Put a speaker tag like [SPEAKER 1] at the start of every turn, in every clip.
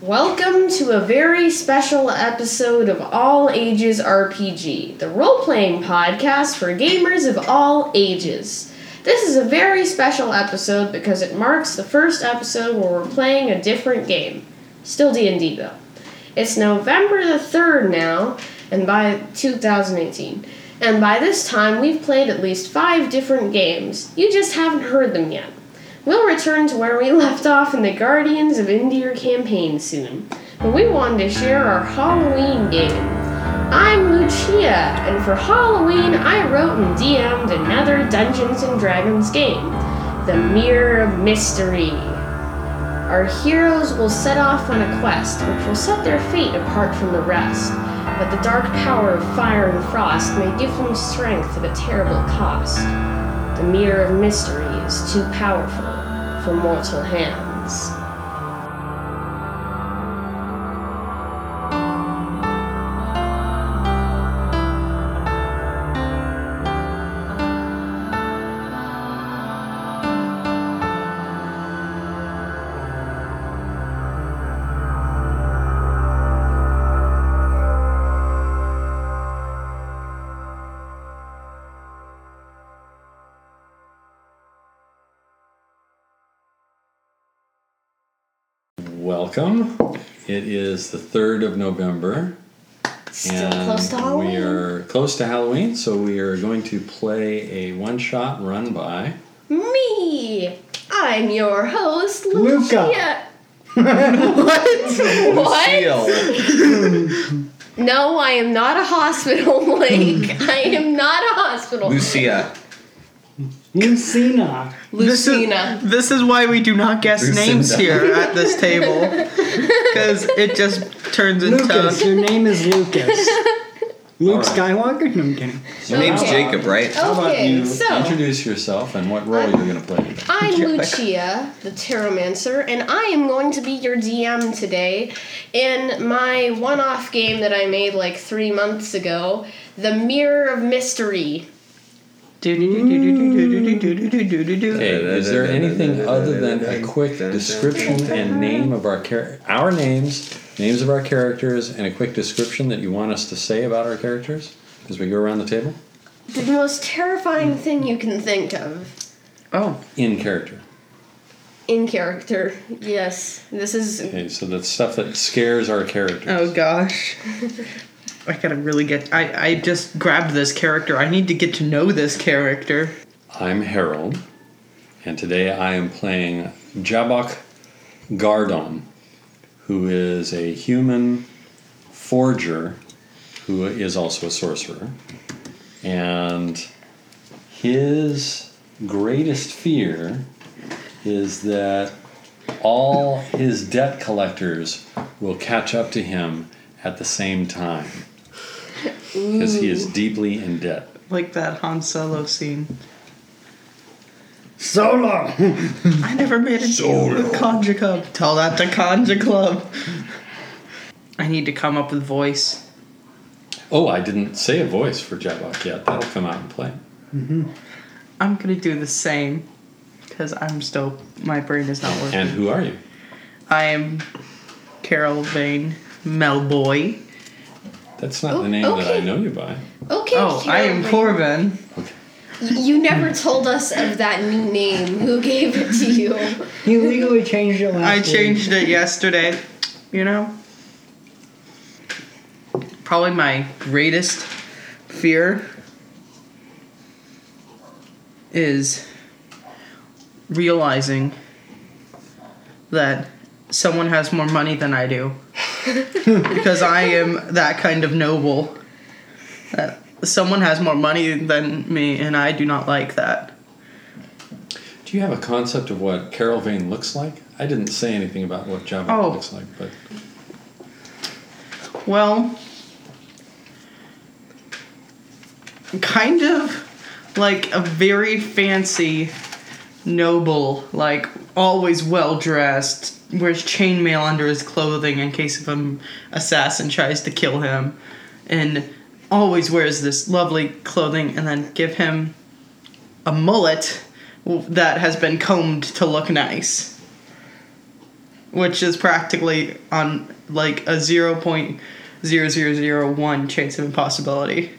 [SPEAKER 1] Welcome to a very special episode of All Ages RPG, the role playing podcast for gamers of all ages. This is a very special episode because it marks the first episode where we're playing a different game. Still D&D though. It's November the 3rd now, and by 2018. And by this time, we've played at least 5 different games. You just haven't heard them yet. We'll return to where we left off in the Guardians of India campaign soon, but we wanted to share our Halloween game. I'm Lucia, and for Halloween, I wrote and DM'd another Dungeons and Dragons game, The Mirror of Mystery. Our heroes will set off on a quest which will set their fate apart from the rest, but the dark power of fire and frost may give them strength at a terrible cost. The mirror of mystery is too powerful for mortal hands.
[SPEAKER 2] Welcome. It is the 3rd of November.
[SPEAKER 1] Still close to Halloween.
[SPEAKER 2] We are close to Halloween, so we are going to play a one shot run by.
[SPEAKER 1] Me! I'm your host,
[SPEAKER 3] Luca.
[SPEAKER 1] Lucia. what? What? No, I am not a hospital, Blake. I am not a hospital.
[SPEAKER 4] Lucia.
[SPEAKER 3] Lucina.
[SPEAKER 5] This is-
[SPEAKER 1] Lucina.
[SPEAKER 5] This is why we do not guess
[SPEAKER 4] Lucinda.
[SPEAKER 5] names here at this table. Because it just turns into.
[SPEAKER 3] Lucas, your name is Lucas. Luke
[SPEAKER 2] All
[SPEAKER 3] Skywalker? No, I'm kidding.
[SPEAKER 4] Your name's Jacob, right?
[SPEAKER 2] How about
[SPEAKER 1] okay,
[SPEAKER 2] you
[SPEAKER 1] so
[SPEAKER 2] introduce yourself and what role you're going to play?
[SPEAKER 1] I'm Lucia, the Terromancer, and I am going to be your DM today in my one off game that I made like three months ago The Mirror of Mystery.
[SPEAKER 5] Do-do-do-do-do-do-do-do-do-do-do-do.
[SPEAKER 2] Okay, is there anything other than a quick description and name of our char- our names, names of our characters, and a quick description that you want us to say about our characters as we go around the table?
[SPEAKER 1] The most terrifying thing you can think of.
[SPEAKER 5] Oh,
[SPEAKER 2] In character.
[SPEAKER 1] In character, yes. This is.
[SPEAKER 2] Okay, so that's stuff that scares our characters.
[SPEAKER 5] oh gosh. I gotta really get. I, I just grabbed this character. I need to get to know this character.
[SPEAKER 2] I'm Harold, and today I am playing Jabok Gardon, who is a human forger who is also a sorcerer. And his greatest fear is that all his debt collectors will catch up to him at the same time because he is deeply in debt.
[SPEAKER 5] Like that Han Solo scene.
[SPEAKER 3] Solo!
[SPEAKER 5] I never made a deal with Conja Club. Tell that to Conja Club. I need to come up with voice.
[SPEAKER 2] Oh, I didn't say a voice for Jabok yet. That'll come out and play.
[SPEAKER 5] I'm gonna do the same because I'm still my brain is not working.
[SPEAKER 2] And who are you?
[SPEAKER 5] I am Carol Vane Melboy.
[SPEAKER 2] That's not
[SPEAKER 1] Oh,
[SPEAKER 2] the name that I
[SPEAKER 1] okay.
[SPEAKER 2] know you by.
[SPEAKER 1] Okay,
[SPEAKER 5] Oh, I am
[SPEAKER 1] Kira,
[SPEAKER 5] Corbin.
[SPEAKER 1] You never told us of that new name. Who gave it to you?
[SPEAKER 3] You legally changed it last
[SPEAKER 5] I
[SPEAKER 3] week.
[SPEAKER 5] changed it yesterday. You know, probably my greatest fear is realizing that someone has more money than I do. because I am that kind of noble. That someone has more money than me, and I do not like that.
[SPEAKER 2] Do you have a concept of what Carol Vane looks like? I didn't say anything about what Jabok
[SPEAKER 5] Oh.
[SPEAKER 2] looks like, but
[SPEAKER 5] Well, kind of like a very fancy noble, like always well dressed, wears chainmail under his clothing in case if an assassin tries to kill him, and always wears this lovely clothing, and then give him a mullet w- that has been combed to look nice. which is practically on like a 0.0001 chance of impossibility.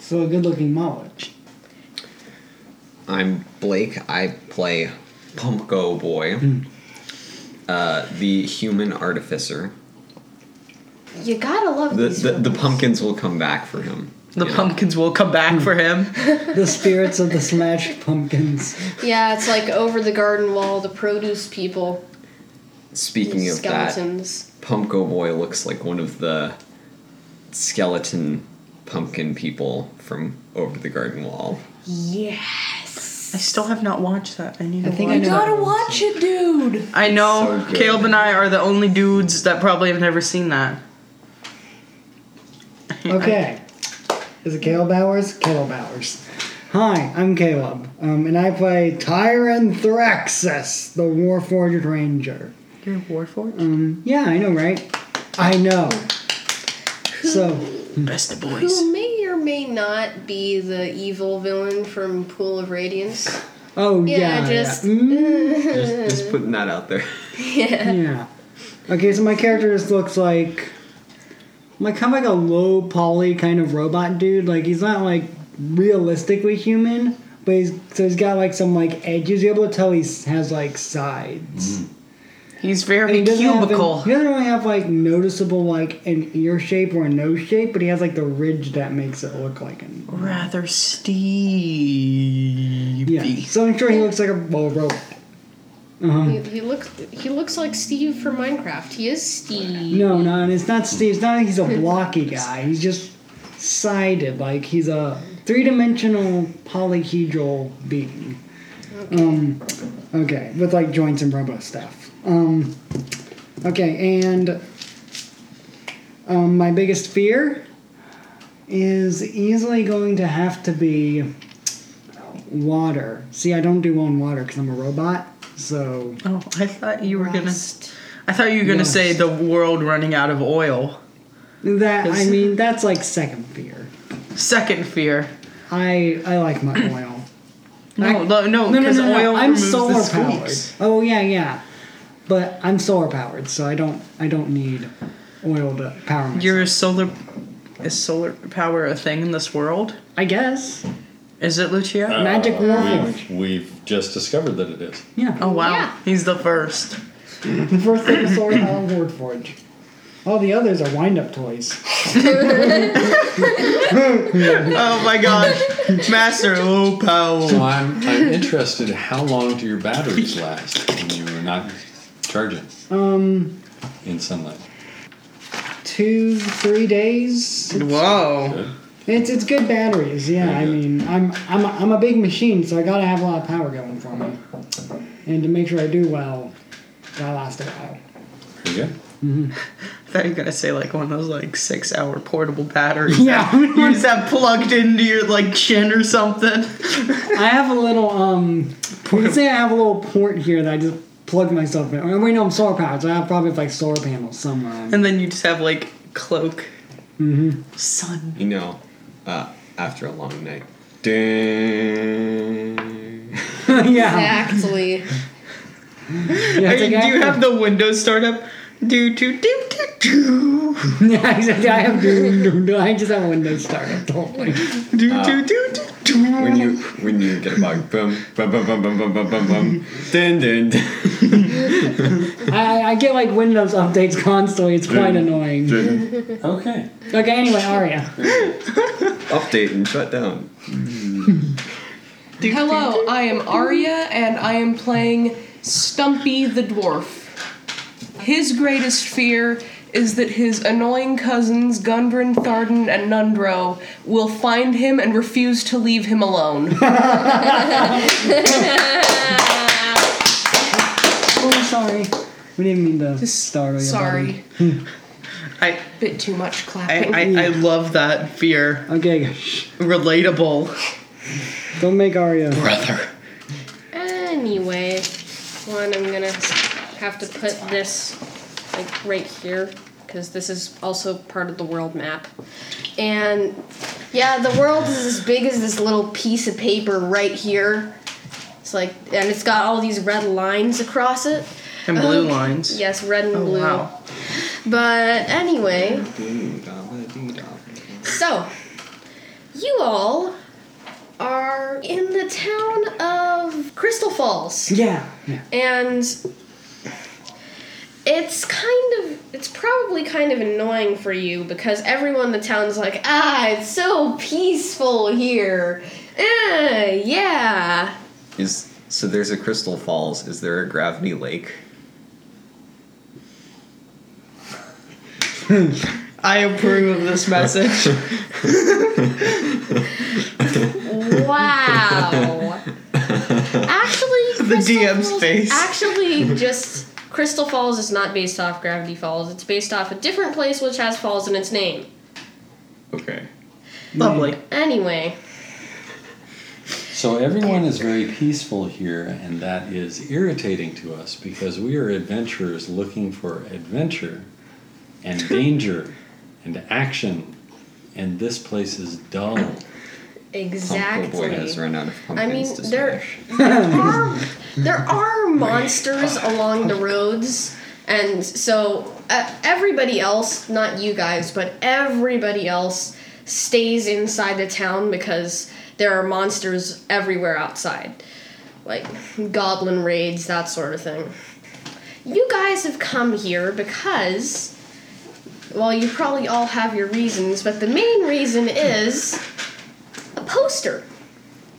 [SPEAKER 3] So a good-looking mullet.
[SPEAKER 4] I'm Blake. I play Pumpko Boy, uh, the human artificer.
[SPEAKER 6] You gotta love
[SPEAKER 4] The,
[SPEAKER 6] these
[SPEAKER 4] the, the
[SPEAKER 6] ones.
[SPEAKER 4] pumpkins will come back for him.
[SPEAKER 5] The
[SPEAKER 4] you know.
[SPEAKER 5] pumpkins will come back for him.
[SPEAKER 3] The spirits of the smashed pumpkins.
[SPEAKER 6] Yeah, it's like over the garden wall, the produce people,
[SPEAKER 4] Speaking
[SPEAKER 6] these
[SPEAKER 4] of
[SPEAKER 6] skeletons.
[SPEAKER 4] that, Pumpko Boy looks like one of the skeleton pumpkin people from Over the Garden Wall.
[SPEAKER 6] Yes.
[SPEAKER 5] I still have not watched that. I need
[SPEAKER 3] I
[SPEAKER 5] to
[SPEAKER 3] think
[SPEAKER 5] watch
[SPEAKER 3] I know. that one.
[SPEAKER 6] watch it, dude.
[SPEAKER 5] I
[SPEAKER 4] So
[SPEAKER 5] know
[SPEAKER 4] good.
[SPEAKER 5] Caleb and I are the only dudes that probably have never seen that.
[SPEAKER 3] Okay. Is it Caleb Bowers? Caleb Bowers. Hi, I'm Caleb, um, and I play Tyran Thraxus, the Warforged Ranger.
[SPEAKER 5] You're Warforged?
[SPEAKER 3] Um, yeah, I know, right? I know. So,
[SPEAKER 5] Best of boys.
[SPEAKER 6] Who may or may not be the evil villain from Pool of Radiance.
[SPEAKER 3] oh
[SPEAKER 6] Yeah,
[SPEAKER 3] yeah,
[SPEAKER 6] just-
[SPEAKER 3] yeah. Mm,
[SPEAKER 4] Just, just putting that out there.
[SPEAKER 6] Yeah.
[SPEAKER 3] yeah. Okay, so my character just looks like like kind of like a low poly kind of robot dude. Like he's not like realistically human, but he's so he's got like some like edges. You're able to tell he has like sides.
[SPEAKER 5] He's
[SPEAKER 3] And
[SPEAKER 5] very
[SPEAKER 3] he doesn't have an-
[SPEAKER 5] cubical.
[SPEAKER 3] he doesn't really have like noticeable like an ear shape or a nose shape, but he has like the ridge that makes it look like an
[SPEAKER 5] Rather Stevie.
[SPEAKER 3] yeah. So I'm sure he looks like a well, robot.
[SPEAKER 6] He, he looks he looks like Steve from Minecraft. He is Steve.
[SPEAKER 3] No, no, and it's not Steve. It's not like he's a blocky guy. He's just sided, like he's a three-dimensional polyhedral being. Um, okay, with like joints and robo stuff. Um, okay, and um, my biggest fear is easily going to have to be water. See, I don't do well in water because I'm a robot. So
[SPEAKER 5] Oh, I thought you were gonna.
[SPEAKER 6] Rust.
[SPEAKER 5] I thought you were gonna
[SPEAKER 3] Rust.
[SPEAKER 5] say the world running out of oil.
[SPEAKER 3] that I
[SPEAKER 5] Yes.
[SPEAKER 3] mean that's like second fear.
[SPEAKER 5] Second fear.
[SPEAKER 3] I I like my oil.
[SPEAKER 5] No, no,
[SPEAKER 3] No,
[SPEAKER 5] no,
[SPEAKER 3] no,
[SPEAKER 5] because
[SPEAKER 3] no, no.
[SPEAKER 5] oil
[SPEAKER 3] I'm
[SPEAKER 5] removes the
[SPEAKER 3] solar powered.
[SPEAKER 5] squeaks.
[SPEAKER 3] Oh yeah, yeah. But I'm solar powered, so I don't I don't need oil to power myself.
[SPEAKER 5] You're a solar. Is solar power a thing in this world?
[SPEAKER 3] I guess.
[SPEAKER 5] Is it, Lucia?
[SPEAKER 2] Uh,
[SPEAKER 3] Magic
[SPEAKER 2] we've,
[SPEAKER 3] warforged.
[SPEAKER 2] we've just discovered that it is.
[SPEAKER 3] Yeah.
[SPEAKER 5] Oh wow,
[SPEAKER 6] Yeah.
[SPEAKER 5] he's the first.
[SPEAKER 3] The first thing is solar powered word forge. All the others are wind up toys.
[SPEAKER 5] Oh my god, Master Oh
[SPEAKER 2] So
[SPEAKER 5] Powell.
[SPEAKER 2] I'm, I'm interested how long do your batteries last when you're not charging
[SPEAKER 3] Um
[SPEAKER 2] in sunlight?
[SPEAKER 3] two, three days.
[SPEAKER 5] Whoa.
[SPEAKER 2] Good.
[SPEAKER 3] It's it's good batteries, yeah. I mean I'm I'm a, I'm a big machine, so I gotta have a lot of power going for me. And to make sure I do well, gotta last a while.
[SPEAKER 2] Very good.
[SPEAKER 5] I thought you were gonna say like one of those like six hour portable batteries.
[SPEAKER 3] Yeah.
[SPEAKER 5] You just have plugged into your like chin or something.
[SPEAKER 3] I have a little um. You can say I have a little port here that I just plug myself in. I mean, no, I'm solar powered, so I have probably like solar panels somewhere.
[SPEAKER 5] And then you just have like cloak. Mm-hmm. Sun.
[SPEAKER 4] You know, uh, after a long night. Ding.
[SPEAKER 3] yeah.
[SPEAKER 6] Exactly.
[SPEAKER 3] yeah it's
[SPEAKER 5] Hey,
[SPEAKER 3] like I
[SPEAKER 5] do you have the Windows startup? Do do do do do
[SPEAKER 3] yeah, exactly. I have. Do, do, do. I just have a Windows startup. Don't worry.
[SPEAKER 5] do do do do do.
[SPEAKER 4] When you when you get a bug, boom, bum bum bum bum bum bum bum bum, dun dun dun
[SPEAKER 3] I, I get like Windows updates constantly. It's quite annoying.
[SPEAKER 4] dun.
[SPEAKER 2] Okay.
[SPEAKER 3] Okay. Anyway, Aria.
[SPEAKER 4] Update and shut down.
[SPEAKER 7] Hello, I am Arya, and I am playing Stumpy the Dwarf. His greatest fear is that his annoying cousins, Gundren, Tharden, and Nundro, will find him and refuse to leave him alone.
[SPEAKER 3] Oh, sorry. We didn't mean to startle you.
[SPEAKER 7] Sorry.
[SPEAKER 5] I,
[SPEAKER 7] Bit too much
[SPEAKER 5] I,
[SPEAKER 7] clapping.
[SPEAKER 5] I, I love that fear.
[SPEAKER 3] buddy. Okay. Shh.
[SPEAKER 5] Relatable.
[SPEAKER 3] Don't make Aria.
[SPEAKER 5] Brother.
[SPEAKER 6] Anyway, one I'm gonna have to put this like right here because this is also part of the world map. And yeah, the world is as big as this little piece of paper right here. It's like, and it's got all these red lines across it. Um,
[SPEAKER 5] And blue lines.
[SPEAKER 6] Yes, red and
[SPEAKER 5] Oh,
[SPEAKER 6] blue.
[SPEAKER 5] wow.
[SPEAKER 6] But anyway,
[SPEAKER 4] Doo-da-ba-dee-da.
[SPEAKER 6] so you all are in the town of Crystal Falls.
[SPEAKER 3] Yeah. yeah.
[SPEAKER 6] and it's kind of it's probably kind of annoying for you because everyone in the town's like ah it's so peaceful here Eh, yeah
[SPEAKER 4] Is so there's a Crystal Falls. Is there a Gravity Lake?
[SPEAKER 5] I approve of this message.
[SPEAKER 6] wow actually
[SPEAKER 5] The
[SPEAKER 6] Crystal
[SPEAKER 5] DM's
[SPEAKER 6] Falls-
[SPEAKER 5] face.
[SPEAKER 6] actually just crystal falls is not based off gravity falls it's based off a different place which has falls in its name
[SPEAKER 4] Okay.
[SPEAKER 5] Lovely.
[SPEAKER 6] anyway
[SPEAKER 2] So everyone is very peaceful here, and that is irritating to us because we are adventurers looking for adventure and danger and action, and this place is dull.
[SPEAKER 6] exactly
[SPEAKER 4] Pumpkin Boy has run out of
[SPEAKER 6] I
[SPEAKER 4] pumpkins
[SPEAKER 6] mean,
[SPEAKER 4] to
[SPEAKER 6] there,
[SPEAKER 4] smash.
[SPEAKER 6] there are there are monsters along the roads, and so uh, everybody else, not you guys, but everybody else stays inside the town because there are monsters everywhere outside, like goblin raids, that sort of thing. You guys have come here because. Well, you probably all have your reasons, but the main reason is a poster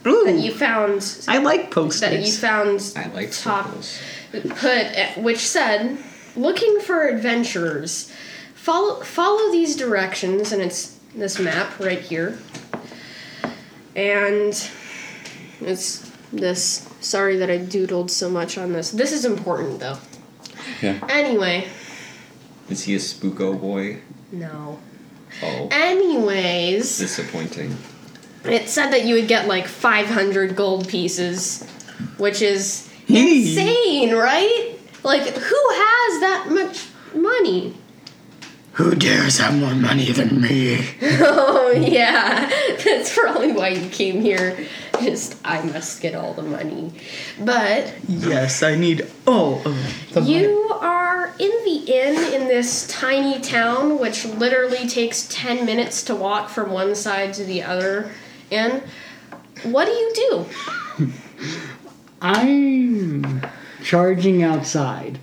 [SPEAKER 6] that you
[SPEAKER 5] Ooh,
[SPEAKER 6] found
[SPEAKER 5] I like
[SPEAKER 6] that you
[SPEAKER 5] posters.
[SPEAKER 6] found
[SPEAKER 4] I like
[SPEAKER 6] top
[SPEAKER 4] circles.
[SPEAKER 6] put eh, which said looking for adventurers follow follow these directions and it's this map right here and it's this sorry that I doodled so much on this this is important though
[SPEAKER 2] Yeah.
[SPEAKER 6] anyway
[SPEAKER 4] Is he a spooko boy?
[SPEAKER 6] no
[SPEAKER 4] Oh,
[SPEAKER 6] anyways
[SPEAKER 4] disappointing.
[SPEAKER 6] it said that you would get like 500 gold pieces which is
[SPEAKER 5] Hey,
[SPEAKER 6] insane, right? Like, who has that much money?
[SPEAKER 5] who dares have more money than me?
[SPEAKER 6] Oh, yeah. That's probably why you came here. Just, I must get all the money. But
[SPEAKER 5] Yes, I need all of the money.
[SPEAKER 6] you are in the inn in this tiny town, which literally takes 10 minutes to walk from one side to the other inn. What do you do?
[SPEAKER 3] I'm charging outside.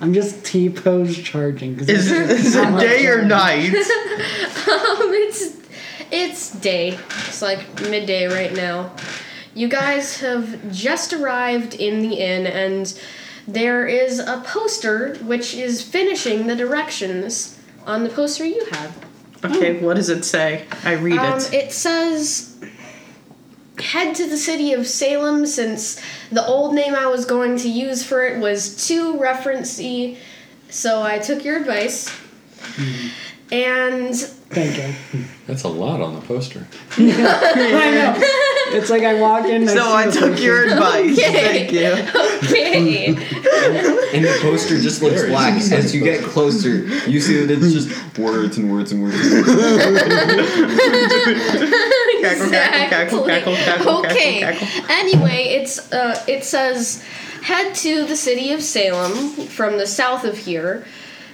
[SPEAKER 3] I'm just T pose charging. 'cause
[SPEAKER 5] Is it,
[SPEAKER 3] that's
[SPEAKER 5] is
[SPEAKER 3] how
[SPEAKER 5] it
[SPEAKER 3] much
[SPEAKER 5] day or
[SPEAKER 3] I-
[SPEAKER 5] night?
[SPEAKER 6] Um, it's it's day. It's like midday right now. You guys have just arrived in the inn, and there is a poster which is finishing the directions on the poster you have.
[SPEAKER 5] Okay, what does it say? I read
[SPEAKER 6] Um,
[SPEAKER 5] it.
[SPEAKER 6] it says, "Head to the city of Salem," since the old name I was going to use for it was too referency, so I took your advice. And
[SPEAKER 3] Thank you.
[SPEAKER 2] That's a lot on the poster.
[SPEAKER 3] I know. It's like I walk in.
[SPEAKER 5] So I took your advice. Thank you.
[SPEAKER 6] okay.
[SPEAKER 4] And the poster just looks
[SPEAKER 2] There is
[SPEAKER 4] black.
[SPEAKER 2] some
[SPEAKER 4] As you get closer, you see that it's just words and words and words. And words.
[SPEAKER 5] Cackle, cackle, cackle, cackle, cackle, cackle,
[SPEAKER 6] okay.
[SPEAKER 5] cackle.
[SPEAKER 6] Anyway, it's uh, it says head to the city of Salem from the south of here.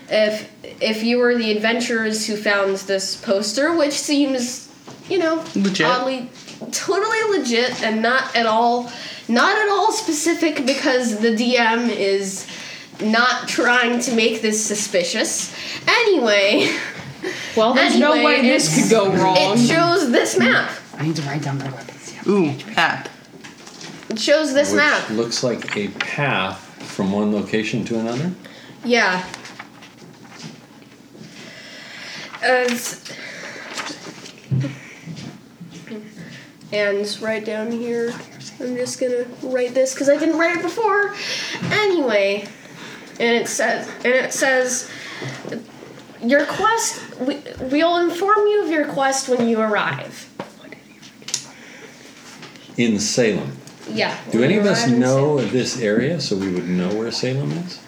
[SPEAKER 6] If if you were the adventurers who found this poster, which seems, you know,
[SPEAKER 5] Legit.
[SPEAKER 6] oddly totally legit and not at all not at all specific because the DM is not trying to make this suspicious. Anyway,
[SPEAKER 7] Well, there's no
[SPEAKER 6] Anyway,
[SPEAKER 7] way this
[SPEAKER 6] it's-
[SPEAKER 7] could go wrong.
[SPEAKER 6] it shows this map.
[SPEAKER 3] I need to write down their weapons. Yeah.
[SPEAKER 5] Ooh, app.
[SPEAKER 6] It shows this
[SPEAKER 2] Which
[SPEAKER 6] map.
[SPEAKER 2] looks like a path from one location to another.
[SPEAKER 6] Yeah. As and right down here, I'm just gonna write this because I didn't write it before. Anyway, and it says, and it says, your quest. We, we'll inform you of your quest when you arrive.
[SPEAKER 2] In Salem.
[SPEAKER 6] Yeah.
[SPEAKER 2] Do any of us
[SPEAKER 6] Arrive in
[SPEAKER 2] know this area so we would know where Salem is?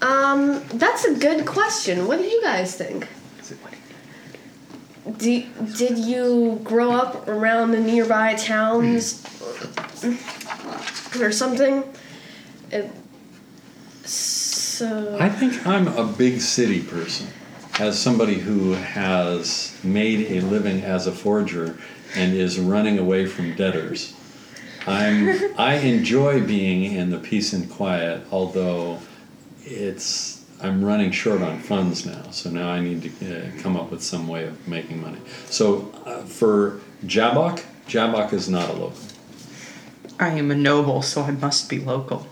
[SPEAKER 6] Um, that's a good question. What do you guys think? Do, did you grow up around the nearby towns or something? It, So
[SPEAKER 2] I think I'm a big city person. As somebody who has made a living as a forger and is running away from debtors, I'm I enjoy being in the peace and quiet, although it's I'm running short on funds now, so now I need to uh, come up with some way of making money. So uh, for Jabok, Jabok is not a local.
[SPEAKER 5] I am a noble, so I must be local.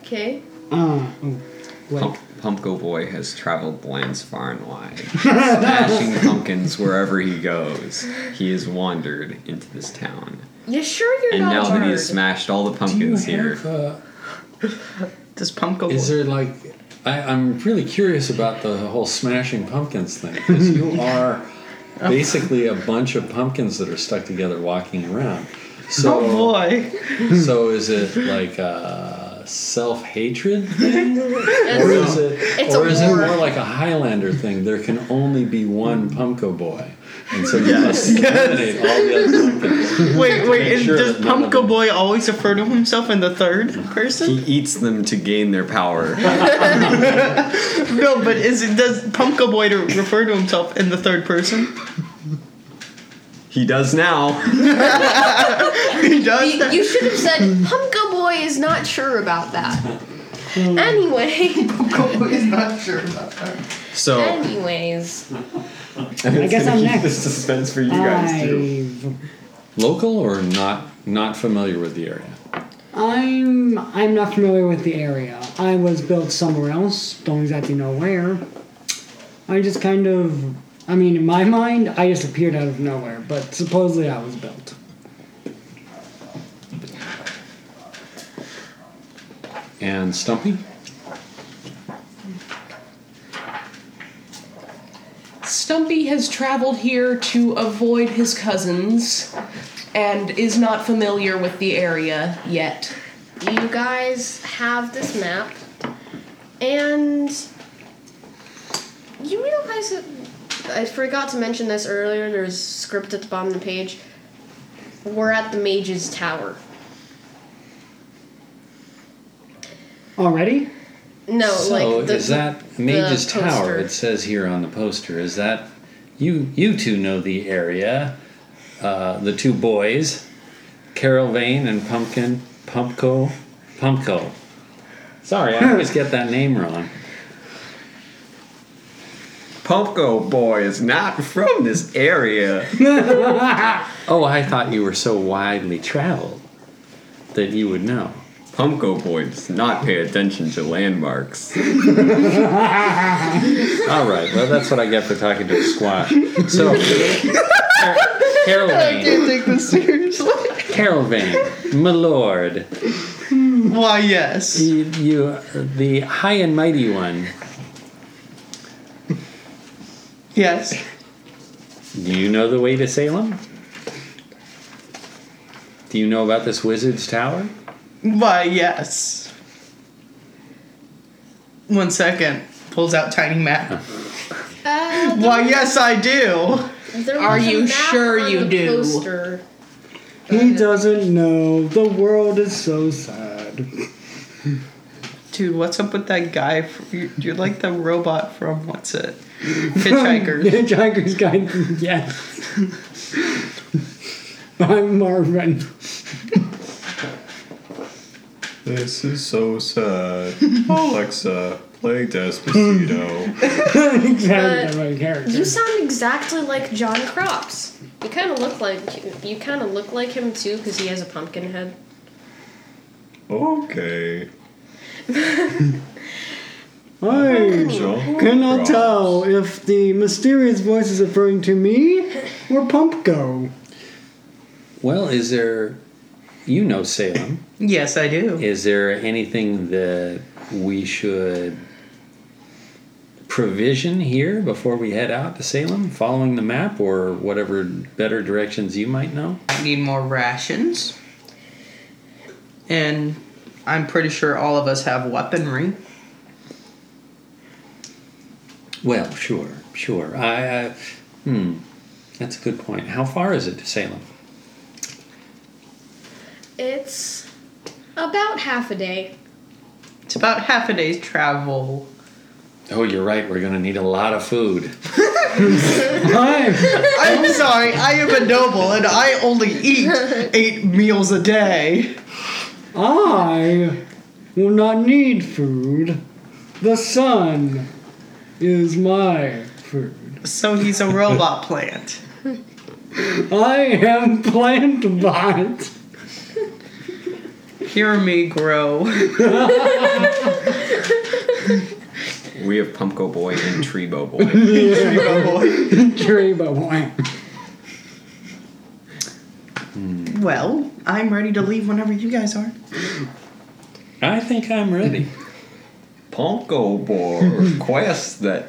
[SPEAKER 6] okay.
[SPEAKER 3] Uh, oh,
[SPEAKER 4] Pump,
[SPEAKER 3] wait.
[SPEAKER 4] Pumpko Boy has traveled the lands far and wide, smashing pumpkins wherever he goes. He has wandered into this town,
[SPEAKER 6] You sure you're
[SPEAKER 4] and
[SPEAKER 6] not
[SPEAKER 4] now that he
[SPEAKER 6] hard?
[SPEAKER 4] has smashed all the pumpkins here,
[SPEAKER 5] Does Pumpko
[SPEAKER 2] Is there like, I, I'm really curious about the whole smashing pumpkins thing because you are basically a bunch of pumpkins that are stuck together walking around. So,
[SPEAKER 5] Oh boy!
[SPEAKER 2] so is it like a self hatred thing,
[SPEAKER 6] It's-
[SPEAKER 2] or is it,
[SPEAKER 6] It's
[SPEAKER 2] or
[SPEAKER 6] a
[SPEAKER 2] is it
[SPEAKER 6] war.
[SPEAKER 2] more like a Highlander thing? There can only be one Pumpko Boy, and so you must eliminate all the other pumpkins.
[SPEAKER 5] Wait, wait, is,
[SPEAKER 2] sure
[SPEAKER 5] does
[SPEAKER 2] that none of
[SPEAKER 5] Pumpko
[SPEAKER 2] them-
[SPEAKER 5] Boy always refer to himself in the third
[SPEAKER 4] he
[SPEAKER 5] person?
[SPEAKER 4] eats them to gain their power.
[SPEAKER 5] no, but is it, does Pumpko Boy to refer to himself in the third person?
[SPEAKER 4] He does now.
[SPEAKER 5] He does.
[SPEAKER 6] You,
[SPEAKER 5] that.
[SPEAKER 6] you should have said, Pumpko Boy is not sure about that. anyway,
[SPEAKER 4] So
[SPEAKER 6] anyways,
[SPEAKER 4] I
[SPEAKER 3] guess I'm
[SPEAKER 4] keep
[SPEAKER 3] next.
[SPEAKER 4] the suspense for you guys too.
[SPEAKER 3] I've,
[SPEAKER 2] Local or not? Not familiar with the area.
[SPEAKER 3] I'm I'm not familiar with the area. I was built somewhere else. Don't exactly know where. I just kind of. I mean, in my mind, I just appeared out of nowhere, but supposedly I was built.
[SPEAKER 2] And Stumpy.
[SPEAKER 7] Stumpy has traveled here to avoid his cousins and is not familiar with the area yet.
[SPEAKER 6] you guys have this map, and you realize that I forgot to mention this earlier. There's script at the bottom of the page. We're at the Mage's Tower.
[SPEAKER 3] Already?
[SPEAKER 6] No,
[SPEAKER 2] so
[SPEAKER 6] like the,
[SPEAKER 2] is that Mage's
[SPEAKER 6] the
[SPEAKER 2] Tower?
[SPEAKER 6] poster.
[SPEAKER 2] It says here on the poster. Is that you? You two know the area. Uh, the two boys, Carol Vane and Pumpkin Pumpko Pumpko. Sorry, I always get that name wrong.
[SPEAKER 4] Pumpko Boy is not from this area.
[SPEAKER 2] Oh, I thought you were so widely traveled that you would know.
[SPEAKER 4] Pumpko Boy does not pay attention to landmarks.
[SPEAKER 2] All right, well that's what I get for talking to a squash. So, Car- Carol
[SPEAKER 5] I
[SPEAKER 2] Vane,
[SPEAKER 5] can't take this seriously.
[SPEAKER 2] Carol Vane, my lord.
[SPEAKER 5] Why, yes.
[SPEAKER 2] You, you, the high and mighty one.
[SPEAKER 5] Yes.
[SPEAKER 2] Do you know the way to Salem? Do you know about this wizard's tower?
[SPEAKER 5] Why, yes. One second. Pulls out tiny map.
[SPEAKER 6] Uh,
[SPEAKER 5] Why, yes, I do.
[SPEAKER 6] there
[SPEAKER 7] Are
[SPEAKER 6] was a
[SPEAKER 7] you
[SPEAKER 6] map
[SPEAKER 7] sure
[SPEAKER 6] on
[SPEAKER 7] you
[SPEAKER 6] the
[SPEAKER 7] do?
[SPEAKER 6] Poster.
[SPEAKER 3] He doesn't know. The world is so sad.
[SPEAKER 5] Dude, what's up with that guy? fr- you- You're like the robot from what's it? Hitchhiker.
[SPEAKER 3] Hitchhiker's Guide. Yes. I'm Marvin.
[SPEAKER 8] This is so sad. Alexa, play Despacito.
[SPEAKER 3] exactly my character.
[SPEAKER 6] You sound exactly like John Crops. You kind of look like you kind of look like him too, because he has a pumpkin head.
[SPEAKER 8] okay.
[SPEAKER 3] Hey.
[SPEAKER 8] John
[SPEAKER 3] Cannot
[SPEAKER 8] Cross.
[SPEAKER 3] tell if the mysterious voice is referring to me or Pumpko.
[SPEAKER 2] Well, is there. You know Salem.
[SPEAKER 5] yes, I do.
[SPEAKER 2] Is there anything that we should provision here before we head out to Salem, following the map or whatever better directions you might know?
[SPEAKER 5] Need more rations. And I'm pretty sure all of us have weaponry.
[SPEAKER 2] Well, sure, sure. I. I hmm. That's a good point. How far is it to Salem?
[SPEAKER 6] It's about half a day.
[SPEAKER 5] It's about half a day's travel.
[SPEAKER 2] Oh, you're right. We're going to need a lot of food.
[SPEAKER 3] I'm,
[SPEAKER 5] I'm sorry, I am a noble and I only eat eight meals a day.
[SPEAKER 3] I will not need food. The sun is my food.
[SPEAKER 5] So he's a robot plant.
[SPEAKER 3] I am plant bot.
[SPEAKER 5] Hear me grow.
[SPEAKER 4] We have Pumpko Boy and Trebo Boy.
[SPEAKER 3] Tree boy.
[SPEAKER 5] Well, I'm ready to leave whenever you guys are.
[SPEAKER 2] I think I'm ready.
[SPEAKER 4] Pumpko Boy requests that.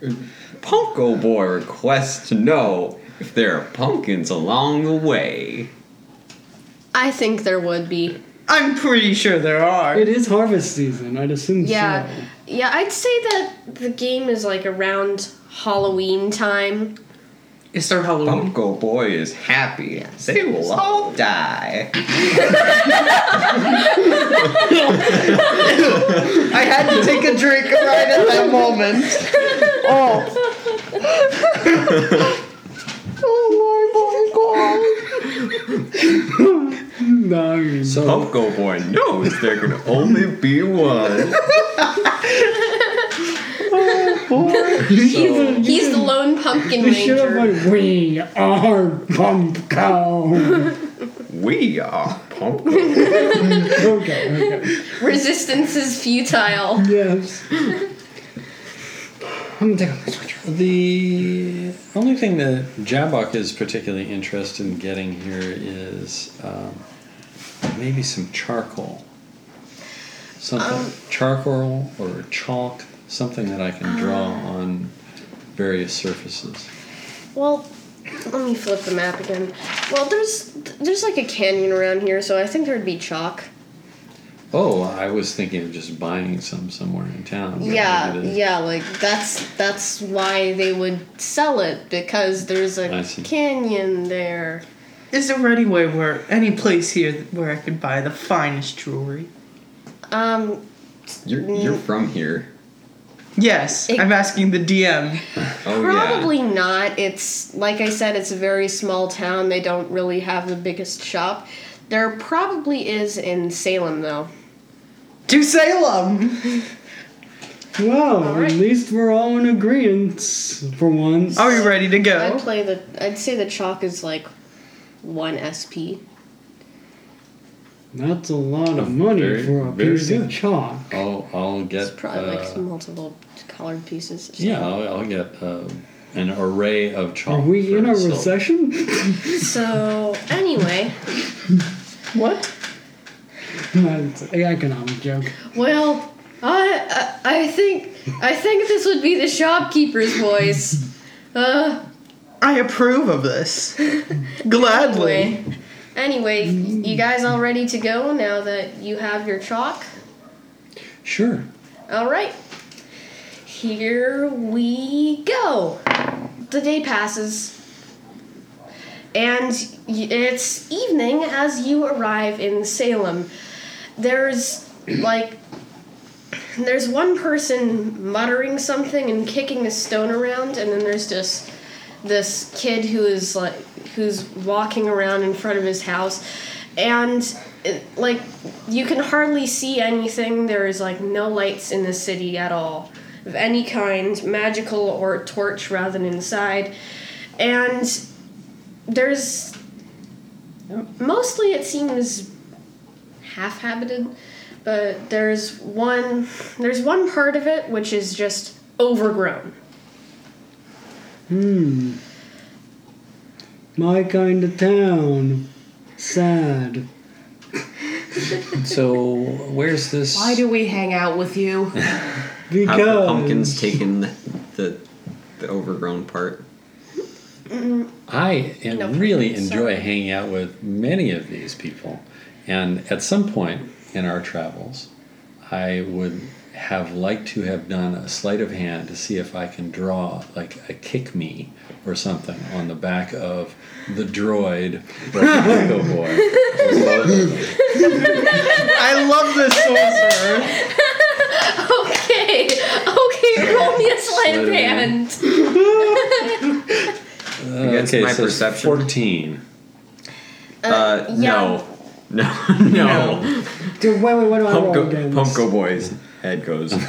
[SPEAKER 4] Pumpko Boy requests to know if there are pumpkins along the way.
[SPEAKER 6] I think there would be.
[SPEAKER 5] I'm pretty sure there are.
[SPEAKER 3] It is harvest season. I'd assume
[SPEAKER 6] Yeah.
[SPEAKER 3] so.
[SPEAKER 6] Yeah, I'd say that the game is like around Halloween time.
[SPEAKER 5] Is there Halloween?
[SPEAKER 4] Pumpko Boy is happy. They will all die.
[SPEAKER 5] I had to take a drink right at that moment. Oh. oh
[SPEAKER 3] No, I mean,
[SPEAKER 4] Pumpko Boy knows there can only be one.
[SPEAKER 2] So,
[SPEAKER 6] He's the lone pumpkin
[SPEAKER 3] we should have
[SPEAKER 6] ranger.
[SPEAKER 3] put we are pumpkin.
[SPEAKER 4] We are Pumpko.
[SPEAKER 3] okay, okay.
[SPEAKER 6] Resistance is futile.
[SPEAKER 3] Yes. I'm gonna take off my sweatshirt.
[SPEAKER 2] the only thing that Jabok is particularly interested in getting here is um, maybe some charcoal. Something
[SPEAKER 6] Um,
[SPEAKER 2] charcoal or chalk, something that I can draw
[SPEAKER 6] uh,
[SPEAKER 2] on various surfaces.
[SPEAKER 6] Well, let me flip the map again. Well, there's there's like a canyon around here, so I think there'd be chalk.
[SPEAKER 2] Oh, I was thinking of just buying some somewhere in town. but
[SPEAKER 6] Yeah,
[SPEAKER 2] maybe it-
[SPEAKER 6] yeah, like that's that's why they would sell it because there's
[SPEAKER 2] I
[SPEAKER 6] a
[SPEAKER 2] see.
[SPEAKER 6] canyon there.
[SPEAKER 5] Is there anywhere where any place here where I could buy the finest jewelry?
[SPEAKER 6] Um,
[SPEAKER 4] You're, you're from here.
[SPEAKER 5] Yes,
[SPEAKER 6] It-
[SPEAKER 5] I'm asking the DM.
[SPEAKER 4] Oh,
[SPEAKER 6] probably not. It's like I said, it's a very small town. They don't really have the biggest shop. There probably is in Salem though.
[SPEAKER 5] To Salem.
[SPEAKER 3] Well,
[SPEAKER 6] right.
[SPEAKER 3] at least we're all in agreement for
[SPEAKER 2] Oh.
[SPEAKER 3] once.
[SPEAKER 5] Are we ready to
[SPEAKER 6] I'd
[SPEAKER 5] go?
[SPEAKER 6] play the. I'd say the chalk is like one SP.
[SPEAKER 3] That's a lot of money
[SPEAKER 2] Very-
[SPEAKER 3] for a
[SPEAKER 2] very
[SPEAKER 3] piece of
[SPEAKER 2] good.
[SPEAKER 3] chalk.
[SPEAKER 2] I'll, I'll
[SPEAKER 6] It's
[SPEAKER 2] get.
[SPEAKER 6] probably like
[SPEAKER 2] uh,
[SPEAKER 6] multiple colored pieces. Or
[SPEAKER 2] Yeah, I'll, I'll get uh, an array of
[SPEAKER 3] Are
[SPEAKER 2] chalk.
[SPEAKER 3] we in
[SPEAKER 2] for
[SPEAKER 3] a
[SPEAKER 2] silver.
[SPEAKER 3] recession?
[SPEAKER 6] So anyway,
[SPEAKER 5] What?
[SPEAKER 3] That's an economic joke.
[SPEAKER 6] well, I, I I think I think this would be the shopkeeper's voice. Uh,
[SPEAKER 5] I approve of this. Gladly.
[SPEAKER 6] anyway, anyway, you guys all ready to go now that you have your chalk?
[SPEAKER 2] Sure.
[SPEAKER 6] All right. Here we go. The day passes. And y- it's evening as you arrive in Salem. There's like there's one person muttering something and kicking a stone around and then there's just this kid who is like who's walking around in front of his house and it, like you can hardly see anything there is like no lights in the city at all of any kind magical or torch rather than inside and there's mostly it seems half habited but there's one there's one part of it which is just overgrown
[SPEAKER 3] Hmm. My kind of town. Sad.
[SPEAKER 2] So where's this?
[SPEAKER 7] Why do we hang out with you?
[SPEAKER 3] Because.
[SPEAKER 4] Have the pumpkins taken the, the, the overgrown part?
[SPEAKER 2] I en-
[SPEAKER 6] No,
[SPEAKER 2] really
[SPEAKER 6] sorry.
[SPEAKER 2] enjoy hanging out with many of these people, and at some point in our travels, I would have liked to have done a sleight of hand to see if I can draw like a kick me or something on the back of the droid Replico Boy. Both of them.
[SPEAKER 5] I love this sorcerer.
[SPEAKER 6] Okay, okay, roll me a sleight of hand.
[SPEAKER 4] Against my
[SPEAKER 2] it's
[SPEAKER 4] perception.
[SPEAKER 2] 14.
[SPEAKER 4] Uh,
[SPEAKER 6] yeah.
[SPEAKER 4] no. No, no.
[SPEAKER 3] Dude, wait, wait, what do I roll
[SPEAKER 4] Pumpko,
[SPEAKER 3] again?
[SPEAKER 4] Pumpko Boy's head goes.
[SPEAKER 5] Just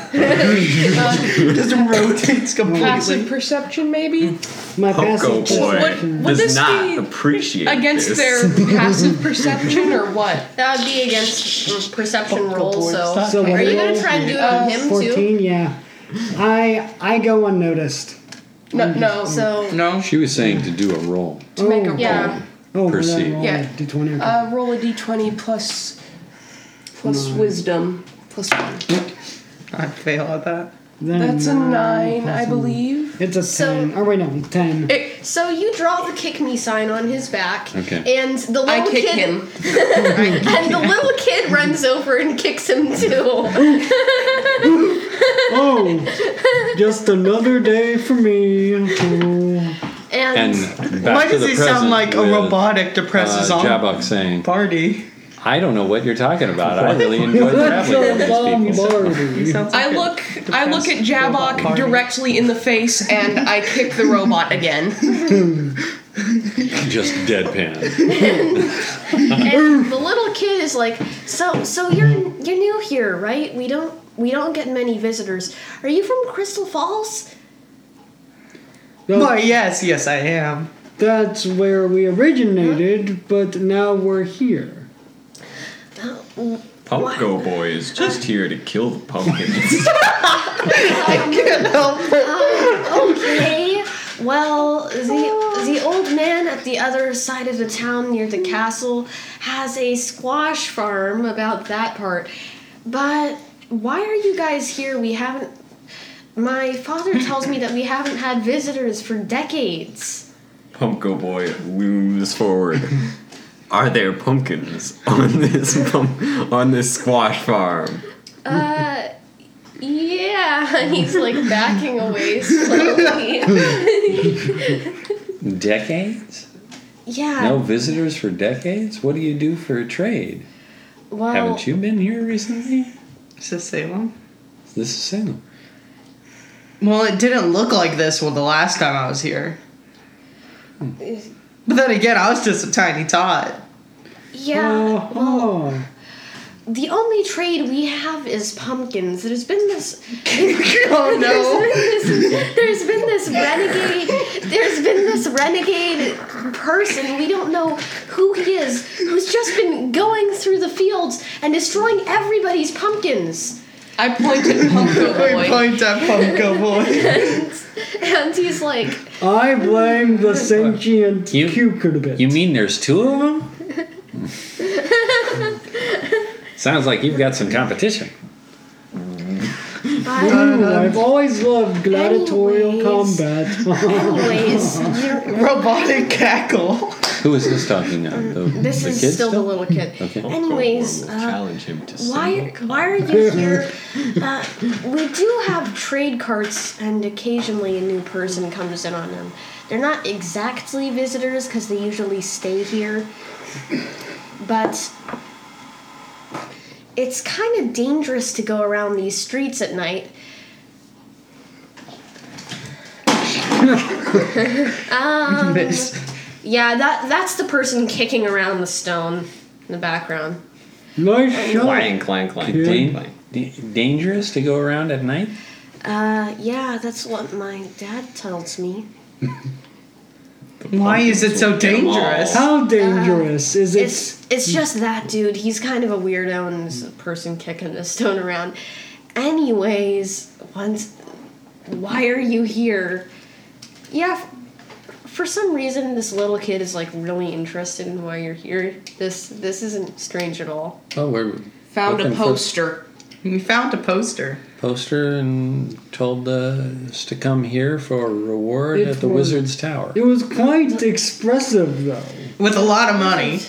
[SPEAKER 5] rotates Oh,
[SPEAKER 7] Passive
[SPEAKER 5] completely.
[SPEAKER 7] perception, maybe?
[SPEAKER 3] My
[SPEAKER 4] Pumpko
[SPEAKER 3] passive
[SPEAKER 4] Boy
[SPEAKER 3] perception.
[SPEAKER 7] Would- would
[SPEAKER 4] does
[SPEAKER 7] this be
[SPEAKER 4] not appreciate
[SPEAKER 7] Against
[SPEAKER 4] this.
[SPEAKER 7] their passive perception or what?
[SPEAKER 6] That would be against perception rolls. So,
[SPEAKER 3] So what
[SPEAKER 6] are
[SPEAKER 3] do
[SPEAKER 6] you
[SPEAKER 3] I
[SPEAKER 6] gonna
[SPEAKER 3] roll?
[SPEAKER 6] try and do it
[SPEAKER 7] Uh,
[SPEAKER 6] on him too?
[SPEAKER 3] 14, yeah. I I go unnoticed.
[SPEAKER 7] No, no.
[SPEAKER 6] So
[SPEAKER 5] No.
[SPEAKER 2] She was saying to do a roll.
[SPEAKER 7] to make a roll.
[SPEAKER 6] yeah,
[SPEAKER 3] Oh, would I
[SPEAKER 2] Perceive.
[SPEAKER 3] roll
[SPEAKER 7] Yeah.
[SPEAKER 3] a D20. Okay.
[SPEAKER 7] Uh, roll a d20 plus, plus
[SPEAKER 3] Nine.
[SPEAKER 7] wisdom. Plus one.
[SPEAKER 5] I fail at that.
[SPEAKER 3] Then
[SPEAKER 7] That's a nine, I
[SPEAKER 3] plus one.
[SPEAKER 7] believe.
[SPEAKER 3] It's a
[SPEAKER 6] So-
[SPEAKER 3] 10. Oh, wait, no, 10.
[SPEAKER 7] It,
[SPEAKER 6] so you draw the kick me sign on his back,
[SPEAKER 2] Okay.
[SPEAKER 6] and the little
[SPEAKER 7] I kick
[SPEAKER 6] kid
[SPEAKER 7] him.
[SPEAKER 6] and the little kid runs over and kicks him too.
[SPEAKER 3] oh, just another day for me. Oh.
[SPEAKER 6] And,
[SPEAKER 2] And back
[SPEAKER 5] Why
[SPEAKER 2] to
[SPEAKER 5] does
[SPEAKER 2] the
[SPEAKER 5] he sound
[SPEAKER 2] present
[SPEAKER 5] like a
[SPEAKER 2] with,
[SPEAKER 5] robotic
[SPEAKER 2] Uh,
[SPEAKER 5] depressed zombie?
[SPEAKER 2] Jabok saying,
[SPEAKER 5] Party.
[SPEAKER 2] I don't know what you're talking about. I really enjoyed
[SPEAKER 3] That's
[SPEAKER 2] traveling with
[SPEAKER 3] a
[SPEAKER 2] these people.
[SPEAKER 3] Lombardi.
[SPEAKER 7] I look, I look at
[SPEAKER 5] robot
[SPEAKER 7] Jabok
[SPEAKER 5] party.
[SPEAKER 7] directly in the face, and I kick the robot again.
[SPEAKER 2] Just deadpan.
[SPEAKER 6] and the little kid is like, "So, so you're you're new here, right? We don't we don't get many visitors. Are you from Crystal Falls?
[SPEAKER 5] Well, yes, yes, I am.
[SPEAKER 3] That's where we originated, but now we're here.
[SPEAKER 4] Pumpko Boy is just here to kill the pumpkins.
[SPEAKER 6] Okay. Well, the the old man at the other side of the town near the castle has a squash farm. About that part, but why are you guys here? We haven't. My father tells me that we haven't had visitors for decades."
[SPEAKER 4] Pumpko Boy looms forward. Are there pumpkins on this pump- on this squash farm?
[SPEAKER 6] Uh, yeah. And he's like backing away slowly.
[SPEAKER 2] Decades?
[SPEAKER 6] yeah.
[SPEAKER 2] No visitors for decades? What do you do for a trade?
[SPEAKER 6] well,
[SPEAKER 2] Haven't you been here recently?
[SPEAKER 5] Is this Salem?
[SPEAKER 2] This is Salem.
[SPEAKER 5] Well, it didn't look like this when the last time I was here. But then again, I was just a tiny tot.
[SPEAKER 6] Yeah.
[SPEAKER 3] Oh,
[SPEAKER 6] Well,
[SPEAKER 3] oh.
[SPEAKER 6] the only trade we have is pumpkins. There's been this.
[SPEAKER 5] oh no!
[SPEAKER 6] There's been this, there's been this renegade. There's been this renegade person. We don't know who he is. Who's just been going through the fields and destroying everybody's pumpkins.
[SPEAKER 7] I point at Pumpko
[SPEAKER 5] Wait,
[SPEAKER 7] Boy.
[SPEAKER 5] point at Pumpko Boy.
[SPEAKER 6] And, and he's like,
[SPEAKER 3] I blame the sentient
[SPEAKER 2] You-
[SPEAKER 3] cucurbit.
[SPEAKER 2] You mean there's two of them? Sounds like you've got some competition.
[SPEAKER 6] "Bye."
[SPEAKER 3] Ooh, I've always loved gladiatorial
[SPEAKER 6] Anyways.
[SPEAKER 3] combat.
[SPEAKER 6] Anyways, you're,
[SPEAKER 5] Robotic cackle.
[SPEAKER 2] Who is this talking now? The,
[SPEAKER 6] Mm, This
[SPEAKER 2] the
[SPEAKER 6] is
[SPEAKER 2] kid
[SPEAKER 6] still, the little kid.
[SPEAKER 2] Okay.
[SPEAKER 4] Pumpko
[SPEAKER 6] Anyways,
[SPEAKER 4] Boy will
[SPEAKER 6] uh,
[SPEAKER 4] challenge him to
[SPEAKER 6] why why are you here? Uh, we do have trade carts, and occasionally a new person comes in on them. They're not exactly visitors because they usually stay here, but it's kind of dangerous to go around these streets at night.
[SPEAKER 5] Miss.
[SPEAKER 6] Um, Yeah, that that's the person kicking around the stone in the background.
[SPEAKER 3] nice shot.
[SPEAKER 4] Clang, clang, clang, clang,
[SPEAKER 2] Dan-
[SPEAKER 4] clang.
[SPEAKER 2] da- dangerous to go around at night?
[SPEAKER 6] Uh, yeah, that's what my dad tells me.
[SPEAKER 5] Why is it so dangerous?
[SPEAKER 3] How dangerous is it?
[SPEAKER 6] Uh, It's it's just that dude. He's kind of a weirdo and is a person kicking a stone around. Anyways, once why are you here? Yeah, f- for some reason this little kid is like really interested in why you're here. This this isn't strange at all.
[SPEAKER 2] Oh, we're
[SPEAKER 7] Found a
[SPEAKER 2] Looking for-
[SPEAKER 7] poster.
[SPEAKER 5] We found a poster.
[SPEAKER 2] poster and told us to come here for a reward
[SPEAKER 3] It
[SPEAKER 2] at the
[SPEAKER 3] was-
[SPEAKER 2] Wizard's Tower.
[SPEAKER 3] It was quite expressive, though.
[SPEAKER 5] With a lot of money.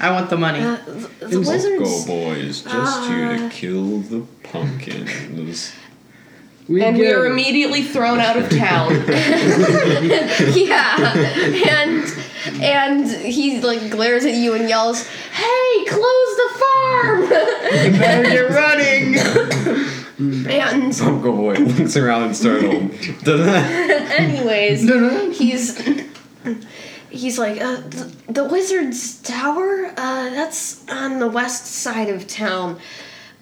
[SPEAKER 5] I want the money.
[SPEAKER 6] Uh, th- But the
[SPEAKER 8] Go
[SPEAKER 6] wizards.
[SPEAKER 8] boys, just here to kill the pumpkins.
[SPEAKER 3] We
[SPEAKER 7] And we
[SPEAKER 3] go.
[SPEAKER 7] are immediately thrown out of town.
[SPEAKER 6] yeah, and and he like glares at you and yells, "Hey, close the farm!"
[SPEAKER 5] Oh, You're running.
[SPEAKER 6] and
[SPEAKER 4] Go boy looks around and startled.
[SPEAKER 6] Anyways, he's he's like uh, the, the wizard's tower. Uh, that's on the west side of town,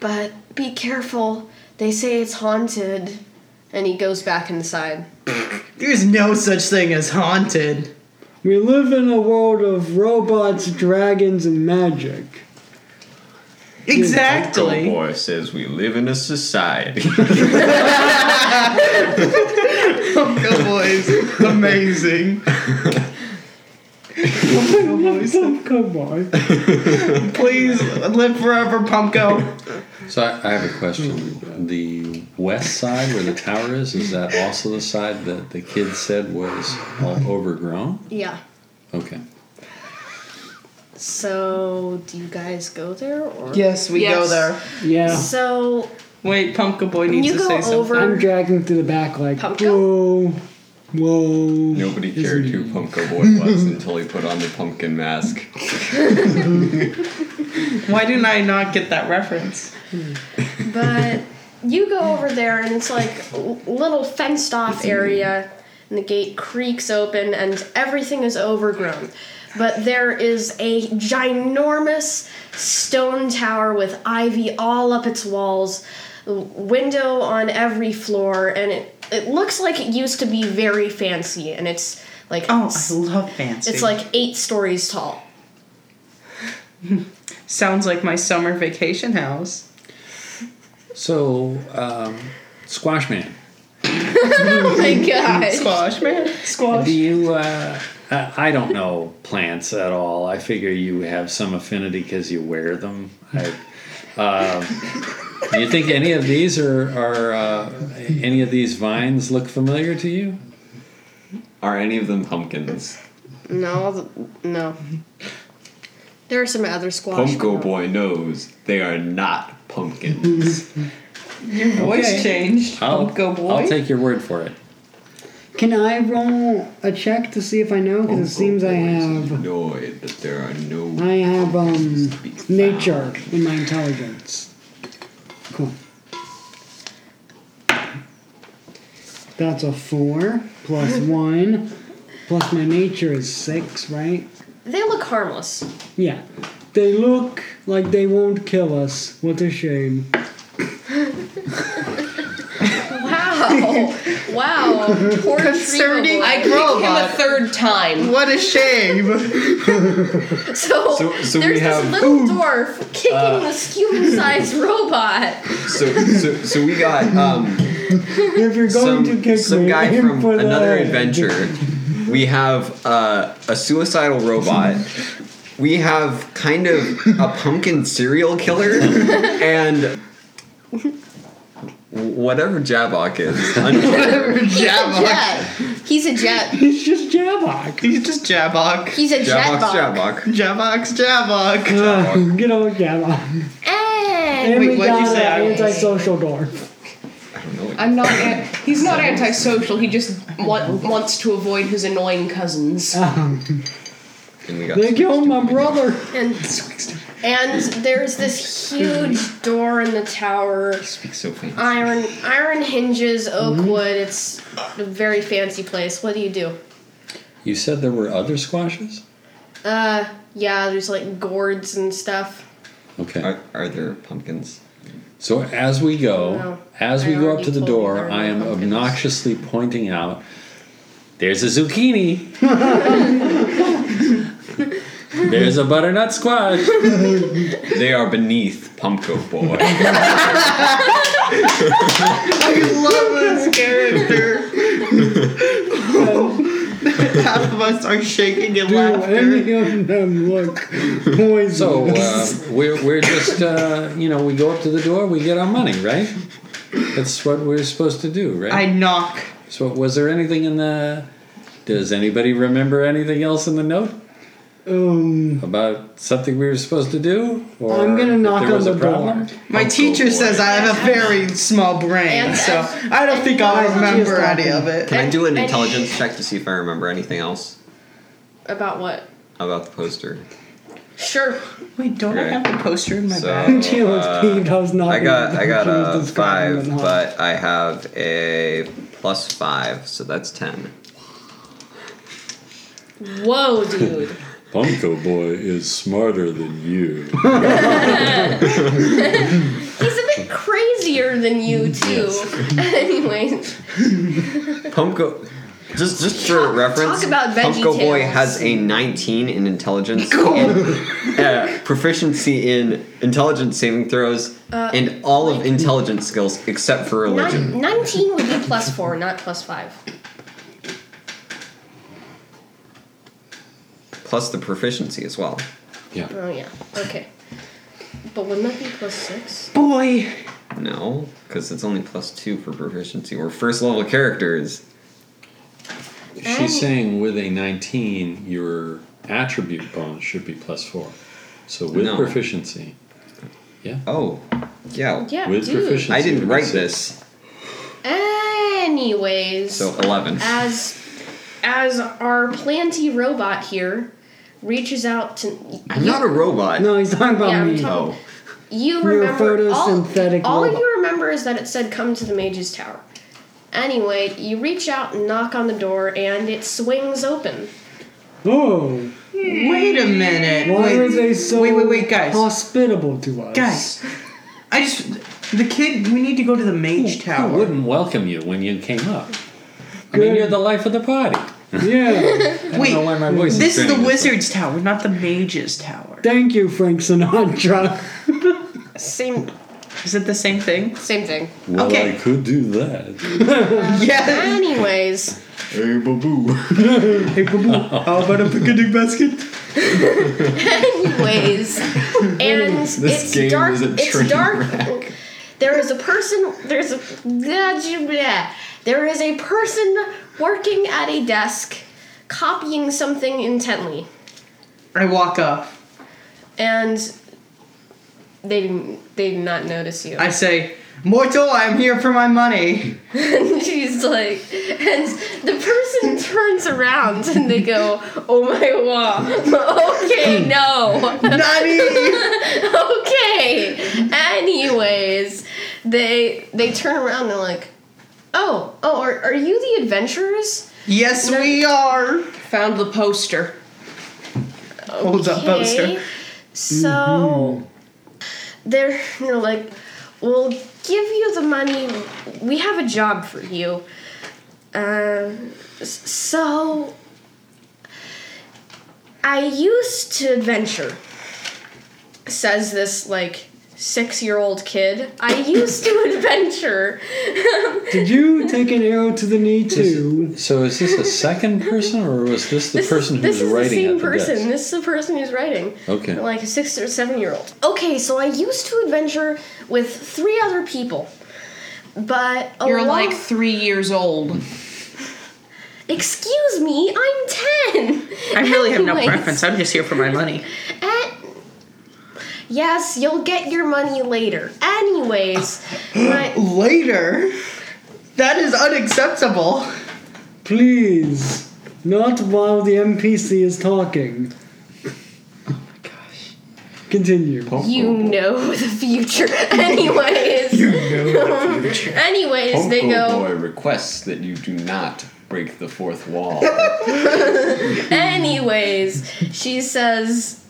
[SPEAKER 6] but be careful. They say it's haunted, and he goes back inside.
[SPEAKER 5] There's no such thing as haunted.
[SPEAKER 3] We live in a world of robots, dragons, and magic.
[SPEAKER 5] Exactly.
[SPEAKER 8] Go boy says we live in a society.
[SPEAKER 5] Go boys. Amazing.
[SPEAKER 3] Come on.
[SPEAKER 5] Please live forever, Pumpko.
[SPEAKER 2] So I, I have a question. The west side where the tower is, is that also the side that the kid said was all overgrown?
[SPEAKER 6] Yeah.
[SPEAKER 2] Okay.
[SPEAKER 6] So, do you guys go there or?
[SPEAKER 5] Yes, we go
[SPEAKER 7] Yes.
[SPEAKER 5] there.
[SPEAKER 3] Yeah.
[SPEAKER 6] So
[SPEAKER 5] Wait, Pumpko Boy needs
[SPEAKER 6] You
[SPEAKER 5] to
[SPEAKER 6] go
[SPEAKER 5] say something.
[SPEAKER 6] over-
[SPEAKER 3] I'm dragging through the back like,
[SPEAKER 6] Pumpkin?
[SPEAKER 3] whoa, whoa.
[SPEAKER 4] Nobody cared who Pumpko Boy was until he put on the pumpkin mask.
[SPEAKER 5] Why didn't I not get that reference?
[SPEAKER 6] but you go over there and it's like a little fenced off area and the gate creaks open and everything is overgrown but there is a ginormous stone tower with ivy all up its walls window on every floor and it, it looks like it used to be very fancy and it's like
[SPEAKER 5] Oh, I
[SPEAKER 6] it's,
[SPEAKER 5] love fancy.
[SPEAKER 6] it's like eight stories tall
[SPEAKER 5] sounds like my summer vacation house.
[SPEAKER 2] So, um, Squash Man,
[SPEAKER 6] oh my god
[SPEAKER 5] Squash man,
[SPEAKER 2] do
[SPEAKER 5] squash.
[SPEAKER 2] you? Uh, I I don't know plants at all. I figure you have some affinity because you wear them. I, um, do you think any of these are are uh, any of these vines look familiar to you?
[SPEAKER 4] Are any of them pumpkins?
[SPEAKER 6] no th- no there are some other squash
[SPEAKER 4] Pumpko Boy knows they are not pumpkins.
[SPEAKER 5] Your voice
[SPEAKER 2] Okay.
[SPEAKER 5] changed. Pumpko Boy.
[SPEAKER 2] I'll take your word for it.
[SPEAKER 3] Can I roll a check to see if I know? Because it seems I have,
[SPEAKER 4] annoyed that there are no.
[SPEAKER 3] I have um,
[SPEAKER 4] be found.
[SPEAKER 3] nature in my intelligence. Cool. That's a four plus one, plus my nature is six, right?
[SPEAKER 6] They look harmless.
[SPEAKER 3] Yeah. They look like they won't kill us. What a shame.
[SPEAKER 6] Wow. wow. Poor
[SPEAKER 5] Concerning-
[SPEAKER 6] Concerning.
[SPEAKER 7] I kicked him
[SPEAKER 5] Robot.
[SPEAKER 7] a third time.
[SPEAKER 5] What a shame.
[SPEAKER 6] So,
[SPEAKER 4] So- so we
[SPEAKER 6] there's
[SPEAKER 4] have- Uh,
[SPEAKER 6] this little dwarf kicking this human-sized robot.
[SPEAKER 4] So, so, so we got um,
[SPEAKER 3] If you're
[SPEAKER 4] some,
[SPEAKER 3] going to kick
[SPEAKER 4] some
[SPEAKER 3] me,
[SPEAKER 4] guy
[SPEAKER 3] aim
[SPEAKER 4] from
[SPEAKER 3] for the
[SPEAKER 4] another
[SPEAKER 3] head.
[SPEAKER 4] adventure. We have uh, a suicidal robot. We have kind of a pumpkin serial killer, and whatever Jabok is. unclear.
[SPEAKER 6] He's a jet. He's a jet.
[SPEAKER 3] It's just Jabok.
[SPEAKER 5] He's just Jabok.
[SPEAKER 6] He's a jet
[SPEAKER 4] Jabok's
[SPEAKER 6] bot.
[SPEAKER 4] Jabok.
[SPEAKER 5] Jabok's Jabok.
[SPEAKER 3] Ugh, Good old Jabok.
[SPEAKER 6] And
[SPEAKER 3] And
[SPEAKER 5] Wait,
[SPEAKER 3] we
[SPEAKER 5] what'd you
[SPEAKER 3] got
[SPEAKER 5] say? I
[SPEAKER 3] an
[SPEAKER 5] was-
[SPEAKER 3] antisocial dwarf.
[SPEAKER 7] I'm not. An- he's not antisocial. He just wa- wants to avoid his annoying cousins.
[SPEAKER 3] Um,
[SPEAKER 4] And we got
[SPEAKER 3] they killed my brother.
[SPEAKER 6] and, and there's this huge door in the tower.
[SPEAKER 4] speak so faint.
[SPEAKER 6] Iron iron hinges, oak
[SPEAKER 4] Mm-hmm.
[SPEAKER 6] wood. It's a very fancy place. What do you do?
[SPEAKER 2] You said there were other squashes.
[SPEAKER 6] Uh, yeah. There's like gourds and stuff.
[SPEAKER 2] Okay.
[SPEAKER 4] Are, are there pumpkins?
[SPEAKER 2] So as we go,
[SPEAKER 6] No.
[SPEAKER 2] as we
[SPEAKER 6] I
[SPEAKER 2] go up
[SPEAKER 6] already
[SPEAKER 2] to the
[SPEAKER 6] told you there
[SPEAKER 2] door,
[SPEAKER 6] are no
[SPEAKER 2] I am
[SPEAKER 6] pumpkins.
[SPEAKER 2] obnoxiously pointing out, "There's a zucchini. There's a butternut squash."
[SPEAKER 4] They are beneath Pumpko Boy.
[SPEAKER 5] I love this character. Half of us are shaking in
[SPEAKER 3] Do
[SPEAKER 5] laughter.
[SPEAKER 3] any of them look poisonous?
[SPEAKER 2] So uh, we're we're just uh, you know we go up to the door, we get our money, right? That's what we're supposed to do, right?
[SPEAKER 5] I knock.
[SPEAKER 2] so was there anything in the? Does anybody remember anything else in the note?
[SPEAKER 3] Um,
[SPEAKER 2] about something we were supposed to do? Or
[SPEAKER 3] I'm gonna
[SPEAKER 2] if
[SPEAKER 3] knock
[SPEAKER 2] there was
[SPEAKER 3] on
[SPEAKER 2] a
[SPEAKER 3] the door.
[SPEAKER 2] problem?
[SPEAKER 5] My teacher says I have a very small brain,
[SPEAKER 6] And-
[SPEAKER 5] so I don't think I'll
[SPEAKER 3] and-
[SPEAKER 5] remember any of it.
[SPEAKER 4] Can I do an
[SPEAKER 6] And-
[SPEAKER 4] intelligence check to see if I remember anything else
[SPEAKER 6] About what?
[SPEAKER 4] about the poster?
[SPEAKER 6] Sure.
[SPEAKER 5] Wait, don't
[SPEAKER 4] Okay.
[SPEAKER 5] I have the poster in my
[SPEAKER 4] So,
[SPEAKER 5] bag?
[SPEAKER 3] she looks
[SPEAKER 4] uh,
[SPEAKER 3] peeved. I was not.
[SPEAKER 4] I got I got
[SPEAKER 3] she was
[SPEAKER 4] a
[SPEAKER 3] describing
[SPEAKER 4] five,
[SPEAKER 3] it, huh?
[SPEAKER 4] but I have a plus five, so that's ten.
[SPEAKER 6] Whoa, dude.
[SPEAKER 2] Punko Boy is smarter than you.
[SPEAKER 6] He's a bit crazier than you,
[SPEAKER 4] Mm,
[SPEAKER 6] too. Anyways.
[SPEAKER 4] Pumpko. Just, just for reference,
[SPEAKER 6] about Veggie
[SPEAKER 4] Pumpko Boy
[SPEAKER 6] Tales.
[SPEAKER 4] has a 19 in intelligence, and, uh, proficiency in intelligence saving throws,
[SPEAKER 6] Uh,
[SPEAKER 4] and all of intelligence skills except for religion.
[SPEAKER 6] Nine, 19 would be plus 4, not plus 5.
[SPEAKER 4] Plus the proficiency as well.
[SPEAKER 2] Yeah.
[SPEAKER 6] Oh, yeah. Okay. But wouldn't that be plus 6?
[SPEAKER 5] Boy,
[SPEAKER 4] No, because it's only plus two for proficiency. We're first level characters.
[SPEAKER 6] Right.
[SPEAKER 2] She's saying with a 19, your attribute bonus should be plus four. So with
[SPEAKER 4] No.
[SPEAKER 2] proficiency. Yeah.
[SPEAKER 4] Oh, yeah.
[SPEAKER 6] Yeah,
[SPEAKER 2] With
[SPEAKER 6] dude.
[SPEAKER 2] proficiency.
[SPEAKER 4] I didn't
[SPEAKER 2] would be
[SPEAKER 4] write
[SPEAKER 2] six.
[SPEAKER 4] this,
[SPEAKER 6] Anyways.
[SPEAKER 4] so 11.
[SPEAKER 6] as as our planty robot here reaches out to
[SPEAKER 4] I'm not a robot.
[SPEAKER 3] No, he's talking about
[SPEAKER 6] Yeah, I'm
[SPEAKER 3] me.
[SPEAKER 6] talking-
[SPEAKER 4] Oh,
[SPEAKER 6] you
[SPEAKER 3] You're a
[SPEAKER 6] remember
[SPEAKER 3] photosynthetic
[SPEAKER 6] all, all
[SPEAKER 3] robot.
[SPEAKER 6] you remember is that it said come to the mage's tower anyway you reach out and knock on the door and it swings open
[SPEAKER 3] Oh,
[SPEAKER 5] wait a minute.
[SPEAKER 3] why
[SPEAKER 5] wait,
[SPEAKER 3] are they so
[SPEAKER 5] wait, wait, wait, guys.
[SPEAKER 3] hospitable to us?
[SPEAKER 5] Guys, I just the kid. We need to go to the mage
[SPEAKER 2] I
[SPEAKER 5] tower.
[SPEAKER 2] wouldn't welcome you when you came up. I mean, you're the life of the party.
[SPEAKER 3] Yeah.
[SPEAKER 5] Wait,
[SPEAKER 2] know why my voice is
[SPEAKER 5] this is the
[SPEAKER 2] straining this
[SPEAKER 5] wizard's tower, not the mage's tower.
[SPEAKER 3] Thank you, Frank Sinatra.
[SPEAKER 6] same
[SPEAKER 5] Is it the same thing?
[SPEAKER 6] same thing
[SPEAKER 2] Well,
[SPEAKER 5] Okay.
[SPEAKER 2] I could do that.
[SPEAKER 5] Yeah.
[SPEAKER 6] anyways
[SPEAKER 8] Hey, boo.
[SPEAKER 5] Hey, boo boo. How about a picnic basket?
[SPEAKER 6] anyways and it's
[SPEAKER 8] game
[SPEAKER 6] dark
[SPEAKER 8] is a train
[SPEAKER 6] it's dark there is a person there's a there is a person working at a desk copying something intently
[SPEAKER 5] I walk up.
[SPEAKER 6] and they didn't they did not notice you.
[SPEAKER 5] I say, Mortal, I'm here for my money.
[SPEAKER 6] and she's like, and the person turns around and they go, "Oh my wow, okay, no,
[SPEAKER 5] Nani!
[SPEAKER 6] okay." Anyways, they they turn around and they're like, "Oh, oh, are, are you the adventurers?"
[SPEAKER 5] yes, we are.
[SPEAKER 7] Found the poster.
[SPEAKER 5] Hold up, poster.
[SPEAKER 6] Okay. So
[SPEAKER 5] Mm-hmm.
[SPEAKER 6] they're you know like, we'll give you the money. We have a job for you. Um, s- so I used to adventure. Says this like six-year-old kid. I used to adventure.
[SPEAKER 3] Did you take an arrow to the knee too?
[SPEAKER 2] So is this a second person, or was this the person who's
[SPEAKER 6] this is
[SPEAKER 2] writing
[SPEAKER 6] the same
[SPEAKER 2] at the
[SPEAKER 6] person.
[SPEAKER 2] desk?
[SPEAKER 6] This is the person who's writing.
[SPEAKER 2] Okay.
[SPEAKER 6] Like a six or seven year old. Okay, so I used to adventure with three other people. But a
[SPEAKER 7] You're
[SPEAKER 6] lot-
[SPEAKER 7] like three years old.
[SPEAKER 6] excuse me, I'm ten.
[SPEAKER 5] I really have no
[SPEAKER 6] Anyways,
[SPEAKER 5] preference. I'm just here for my money.
[SPEAKER 6] eh, yes, you'll get your money later. Anyways, my,
[SPEAKER 5] Later? That is unacceptable.
[SPEAKER 3] Please, not while the NPC is talking.
[SPEAKER 4] Oh
[SPEAKER 3] Continue.
[SPEAKER 6] you know the future. Anyways, anyways, they
[SPEAKER 8] Pumpko
[SPEAKER 6] go.
[SPEAKER 8] Boy requests that you do not break the fourth wall.
[SPEAKER 6] Anyways, she says,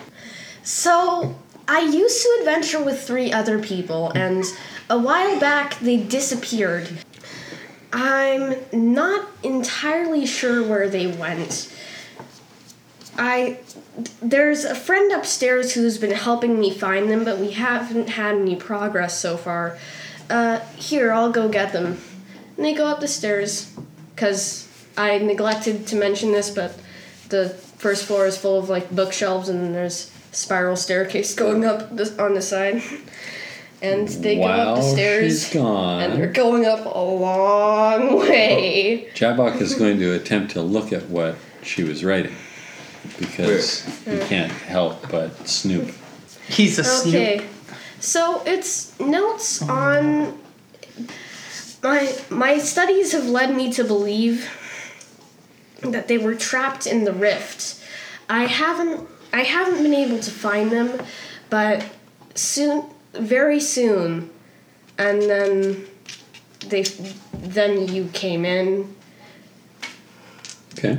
[SPEAKER 6] So I used to adventure with three other people, and a while back they disappeared. I'm not entirely sure where they went. I there's a friend upstairs who's been helping me find them, but we haven't had any progress so far. Uh, here, I'll go get them. And they go up the stairs, because I neglected to mention this, but the first floor is full of like bookshelves, and there's spiral staircase going up the, on the side. And they go
[SPEAKER 2] While
[SPEAKER 6] up the
[SPEAKER 2] she's
[SPEAKER 6] stairs, and they're
[SPEAKER 2] gone,
[SPEAKER 6] going up a long way.
[SPEAKER 2] Jabok is going to attempt to look at what she was writing. because
[SPEAKER 6] Mm.
[SPEAKER 2] you can't help but snoop.
[SPEAKER 5] He's a
[SPEAKER 6] Oh. Okay. So it's notes on my my studies have led me to believe that they were trapped in the rift. I haven't I haven't been able to find them, but soon very soon and then they then you came in.
[SPEAKER 2] Okay.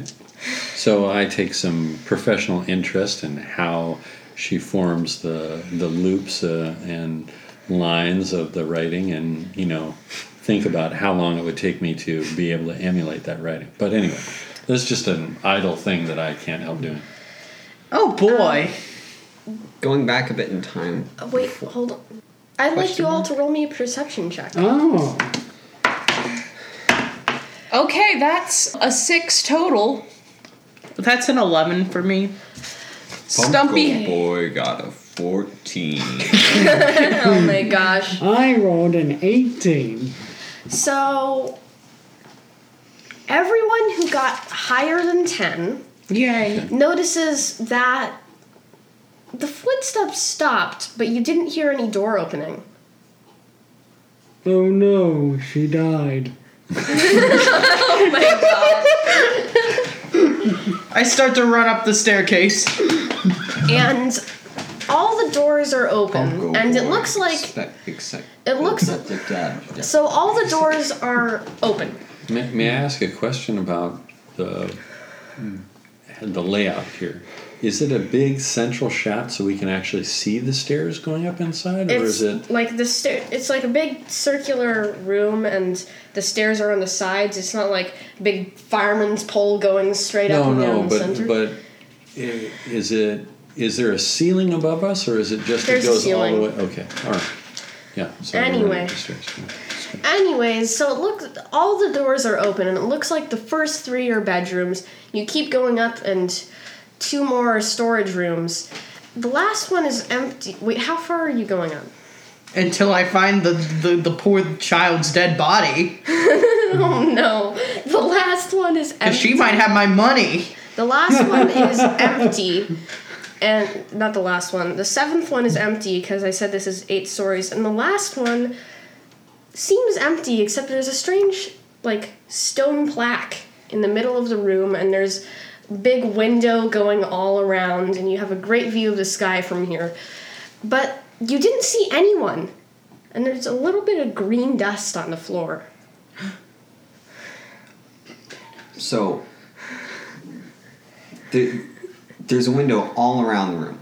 [SPEAKER 2] So I take some professional interest in how she forms the the loops uh, and lines of the writing, and you know, think about how long it would take me to be able to emulate that writing. But anyway, that's just an idle thing that I can't help doing.
[SPEAKER 5] Oh boy.
[SPEAKER 4] Going back a bit in time.
[SPEAKER 6] Oh, wait, hold on. I'd like you all to roll me a perception check.
[SPEAKER 3] Oh,
[SPEAKER 7] Okay, that's a six total.
[SPEAKER 5] That's an 11 for me.
[SPEAKER 7] Stumpy.
[SPEAKER 8] Funko Boy got a 14.
[SPEAKER 6] oh my gosh.
[SPEAKER 3] I rolled an 18.
[SPEAKER 6] So everyone who got higher than 10
[SPEAKER 3] Yay.
[SPEAKER 6] notices that the footsteps stopped, but you didn't hear any door opening.
[SPEAKER 3] Oh no, she died.
[SPEAKER 5] I start to run up the staircase.
[SPEAKER 6] And all the doors are open,
[SPEAKER 4] Funko
[SPEAKER 6] and it
[SPEAKER 4] Boy.
[SPEAKER 6] looks like
[SPEAKER 4] Spec- except-
[SPEAKER 6] it looks so all the doors are open.
[SPEAKER 2] May, may I ask a question about the the layout here? Is it a big central shot so we can actually see the stairs going up inside, or is
[SPEAKER 6] It's
[SPEAKER 2] it
[SPEAKER 6] like the stair. It's like a big circular room, and the stairs are on the sides. It's not like big fireman's pole going straight up
[SPEAKER 2] no,
[SPEAKER 6] and
[SPEAKER 2] no?
[SPEAKER 6] down the
[SPEAKER 2] But
[SPEAKER 6] center.
[SPEAKER 2] but i- is it is there a ceiling above us, or is it just
[SPEAKER 6] There's
[SPEAKER 2] it
[SPEAKER 6] a
[SPEAKER 2] goes all the
[SPEAKER 6] ceiling.
[SPEAKER 2] way? Okay, all right, yeah. So we're running
[SPEAKER 6] Anyway.
[SPEAKER 2] up the stairs. Yeah.
[SPEAKER 6] Anyways, so it looks all the doors are open, and it looks like the first three are bedrooms. You keep going up, and two more are storage rooms. The last one is empty. Wait, how far are you going up?
[SPEAKER 5] Until I find the, the, the poor child's dead body.
[SPEAKER 6] Oh no, the last one is empty.
[SPEAKER 5] Because she might have my money.
[SPEAKER 6] The last one is empty. And not the last one. The seventh one is empty because I said this is eight stories. And the last one seems empty except there's a strange, like, stone plaque in the middle of the room and there's big window going all around and you have a great view of the sky from here. But you didn't see anyone. And there's a little bit of green dust on the floor.
[SPEAKER 4] So the, there's a window all around the room.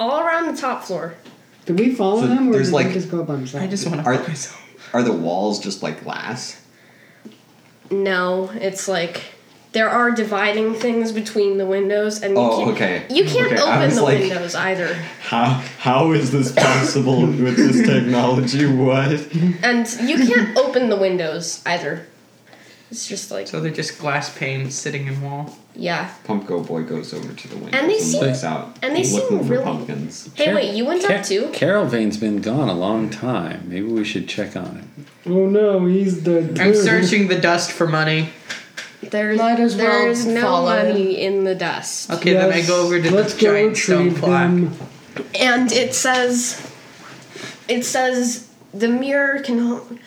[SPEAKER 6] All around the top floor.
[SPEAKER 3] Did we follow
[SPEAKER 4] So
[SPEAKER 3] them or
[SPEAKER 4] there's
[SPEAKER 3] did
[SPEAKER 4] like-
[SPEAKER 3] we just go up on the side?
[SPEAKER 5] I just want to
[SPEAKER 4] Are-
[SPEAKER 5] fuck myself.
[SPEAKER 4] Are the walls just like glass?
[SPEAKER 6] No, it's like there are dividing things between the windows, and you
[SPEAKER 4] Oh,
[SPEAKER 6] can't,
[SPEAKER 4] okay.
[SPEAKER 6] you can't
[SPEAKER 4] Okay, I
[SPEAKER 6] open
[SPEAKER 4] was
[SPEAKER 6] the
[SPEAKER 4] like-
[SPEAKER 6] windows either.
[SPEAKER 8] How how is this possible with this technology? What?
[SPEAKER 6] And you can't open the windows either. It's just like
[SPEAKER 5] So they're just glass panes sitting in wall.
[SPEAKER 6] yeah.
[SPEAKER 4] Pumpko Boy goes over to the window
[SPEAKER 6] And they seem-
[SPEAKER 4] looks out.
[SPEAKER 6] and they seem
[SPEAKER 4] looking for
[SPEAKER 6] really-
[SPEAKER 4] pumpkins.
[SPEAKER 6] Hey, wait, you went
[SPEAKER 2] Car-
[SPEAKER 6] up too?
[SPEAKER 2] Carol Vane's been gone a long time. Maybe we should check on it.
[SPEAKER 3] Oh no, he's dead.
[SPEAKER 5] I'm
[SPEAKER 3] too.
[SPEAKER 5] searching the dust for money.
[SPEAKER 6] There's
[SPEAKER 7] Might as well
[SPEAKER 6] there's no
[SPEAKER 7] follow him.
[SPEAKER 6] money in the dust,
[SPEAKER 5] Okay, then I
[SPEAKER 3] Yes,
[SPEAKER 5] go over to
[SPEAKER 3] let's
[SPEAKER 5] the
[SPEAKER 3] go
[SPEAKER 5] giant stone
[SPEAKER 3] retrieve
[SPEAKER 5] plaque.
[SPEAKER 3] them.
[SPEAKER 6] and it says, it says the mirror can. ho-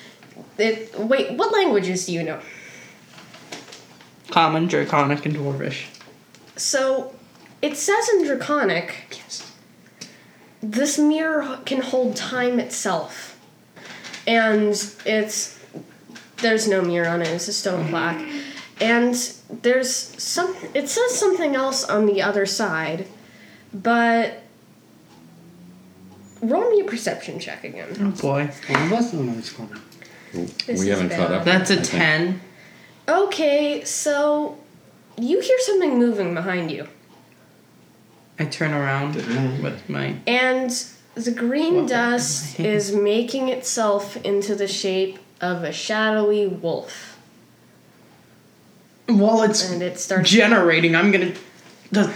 [SPEAKER 6] It wait, what languages do you know?
[SPEAKER 5] Common, draconic, and dwarvish.
[SPEAKER 6] So, it says in Draconic.
[SPEAKER 5] Yes.
[SPEAKER 6] this mirror h- can hold time itself. And it's there's no mirror on it, it's a stone plaque. And there's some it says something else on the other side, but roll me a perception check again.
[SPEAKER 5] Oh boy.
[SPEAKER 3] All of us? Oh no, it's fine.
[SPEAKER 6] This
[SPEAKER 2] we
[SPEAKER 6] is
[SPEAKER 2] haven't caught
[SPEAKER 6] bad.
[SPEAKER 2] up.
[SPEAKER 5] That's
[SPEAKER 2] I
[SPEAKER 5] a
[SPEAKER 2] think.
[SPEAKER 5] 10.
[SPEAKER 6] Okay, so you hear something moving behind you.
[SPEAKER 5] I turn around with my.
[SPEAKER 6] And the green
[SPEAKER 5] Well,
[SPEAKER 6] dust is making itself into the shape of a shadowy wolf.
[SPEAKER 5] While it's
[SPEAKER 6] And it starts
[SPEAKER 5] generating, I'm gonna th-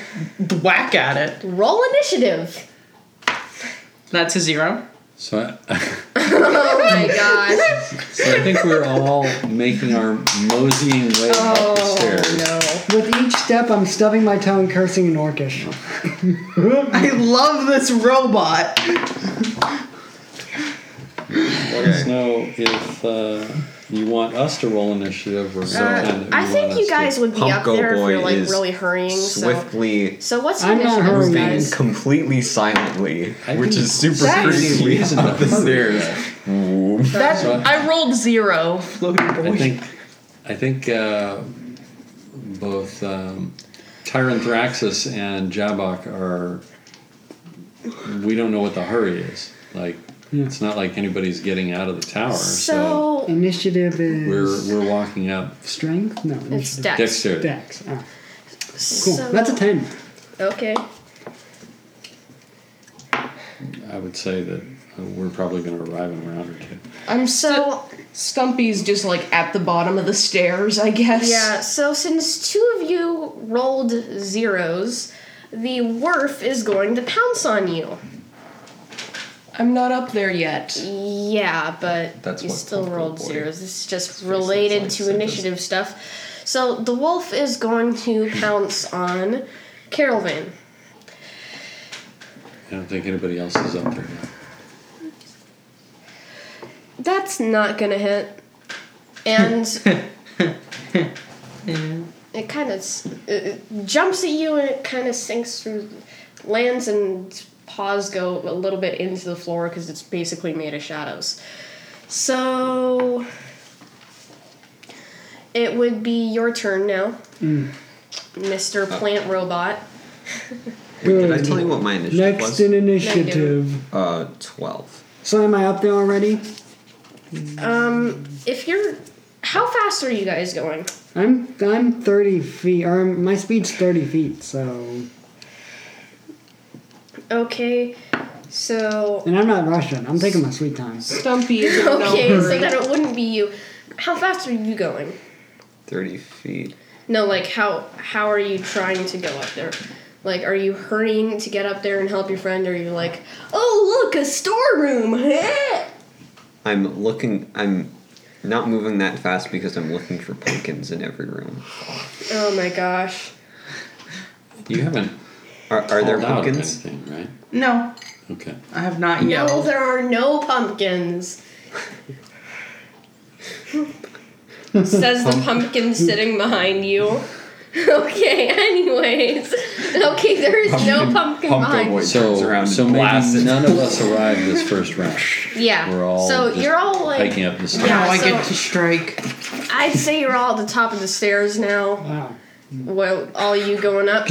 [SPEAKER 5] th- whack at it.
[SPEAKER 6] Roll initiative.
[SPEAKER 5] That's a zero.
[SPEAKER 2] So I,
[SPEAKER 6] Oh my gosh.
[SPEAKER 2] So I think we're all making our moseying way up
[SPEAKER 6] Oh.
[SPEAKER 2] the stairs.
[SPEAKER 3] With each step, I'm stubbing my toe and cursing in Orcish.
[SPEAKER 5] I love this robot.
[SPEAKER 2] Let us know if uh, you want us to roll initiative or something. that
[SPEAKER 6] Uh, I
[SPEAKER 2] you
[SPEAKER 6] think
[SPEAKER 2] want
[SPEAKER 6] you
[SPEAKER 2] us to-
[SPEAKER 6] guys would be
[SPEAKER 4] Pump
[SPEAKER 6] up
[SPEAKER 4] Go
[SPEAKER 6] there if
[SPEAKER 4] Boy
[SPEAKER 6] you're like
[SPEAKER 4] is
[SPEAKER 6] really hurrying. So,
[SPEAKER 4] Swiftly
[SPEAKER 6] so what's your
[SPEAKER 3] I'm not
[SPEAKER 6] initiative,
[SPEAKER 3] hurrying,
[SPEAKER 6] guys?
[SPEAKER 4] moving completely silently,
[SPEAKER 2] I
[SPEAKER 4] which
[SPEAKER 2] think
[SPEAKER 4] is super
[SPEAKER 2] that's-
[SPEAKER 4] creepy. We
[SPEAKER 2] He's in
[SPEAKER 4] up
[SPEAKER 2] the
[SPEAKER 4] the
[SPEAKER 2] hurry.
[SPEAKER 4] stairs. Whoop.
[SPEAKER 7] That I rolled zero.
[SPEAKER 5] Floating
[SPEAKER 2] I
[SPEAKER 5] boy.
[SPEAKER 2] think, I think uh, both um, Tyranthraxis and Jabok are. We don't know what the hurry is. Like, it's not like anybody's getting out of the tower. So,
[SPEAKER 6] So
[SPEAKER 3] Initiative is
[SPEAKER 2] we're we're walking up.
[SPEAKER 3] strength. No,
[SPEAKER 6] it's
[SPEAKER 3] initiative.
[SPEAKER 6] Dex.
[SPEAKER 2] Dexterity.
[SPEAKER 3] Dex. Ah, cool.
[SPEAKER 6] So,
[SPEAKER 3] That's a ten.
[SPEAKER 6] Okay.
[SPEAKER 2] I would say that uh, we're probably going to arrive in a round or two.
[SPEAKER 7] I'm so
[SPEAKER 6] So
[SPEAKER 7] Stumpy's just like at the bottom of the stairs, I guess.
[SPEAKER 6] yeah. So since two of you rolled zeros, the werf is going to pounce on you.
[SPEAKER 7] I'm not up there yet.
[SPEAKER 6] Yeah, but
[SPEAKER 4] That's
[SPEAKER 6] you
[SPEAKER 4] what
[SPEAKER 6] still
[SPEAKER 4] Pumpkin
[SPEAKER 6] rolled
[SPEAKER 4] Boy
[SPEAKER 6] zeros. This is just
[SPEAKER 4] looks
[SPEAKER 6] related
[SPEAKER 4] like
[SPEAKER 6] to
[SPEAKER 4] Santa's.
[SPEAKER 6] initiative stuff. So the wolf is going to pounce on Carolvan.
[SPEAKER 2] I don't think anybody else is up there. yet.
[SPEAKER 6] That's not gonna hit. And it kind of it, it jumps at you and it kind of sinks through, lands and paws go a little bit into the floor because it's basically made of shadows. So it would be your turn now, Mr. Plant Robot.
[SPEAKER 4] Wait, did I tell you what my initiative
[SPEAKER 3] Next in
[SPEAKER 4] was?
[SPEAKER 3] initiative.
[SPEAKER 4] Uh, twelve.
[SPEAKER 3] So am I up there already?
[SPEAKER 6] Um, if you're, how fast are you guys going?
[SPEAKER 3] I'm I'm thirty feet, or I'm- my speed's thirty feet. So,
[SPEAKER 6] Okay, so
[SPEAKER 3] and I'm not rushing. I'm taking my sweet time.
[SPEAKER 7] Stumpy is in
[SPEAKER 6] Okay,
[SPEAKER 7] no
[SPEAKER 6] so
[SPEAKER 7] hurry.
[SPEAKER 6] then it wouldn't be you. How fast are you going?
[SPEAKER 4] Thirty feet.
[SPEAKER 6] No, like how how are you trying to go up there? Like, are you hurrying to get up there and help your friend, or are you like, oh look, a storeroom? eh?"
[SPEAKER 4] I'm looking. I'm not moving that fast because I'm looking for pumpkins in every room.
[SPEAKER 6] oh my gosh.
[SPEAKER 2] You haven't
[SPEAKER 4] Are, are there
[SPEAKER 2] called out or
[SPEAKER 4] pumpkins?
[SPEAKER 2] anything, right?
[SPEAKER 5] No,
[SPEAKER 2] Okay.
[SPEAKER 5] I have not yet.
[SPEAKER 6] No, Oh, there are no pumpkins. Says the pumpkin sitting behind you. Okay, anyways. Okay, there is no pumpkin behind you.
[SPEAKER 4] Boy turns
[SPEAKER 2] So,
[SPEAKER 4] around
[SPEAKER 2] so
[SPEAKER 4] and
[SPEAKER 2] maybe
[SPEAKER 4] blasts it.
[SPEAKER 2] none of us arrived this first round.
[SPEAKER 6] Yeah.
[SPEAKER 2] We're all
[SPEAKER 6] so
[SPEAKER 2] just
[SPEAKER 6] you're all like
[SPEAKER 2] hiking up the stairs.
[SPEAKER 5] Now I
[SPEAKER 6] so-
[SPEAKER 5] get to strike.
[SPEAKER 6] I'd say you're all at the top of the stairs now.
[SPEAKER 3] Wow.
[SPEAKER 6] Well, all you going up.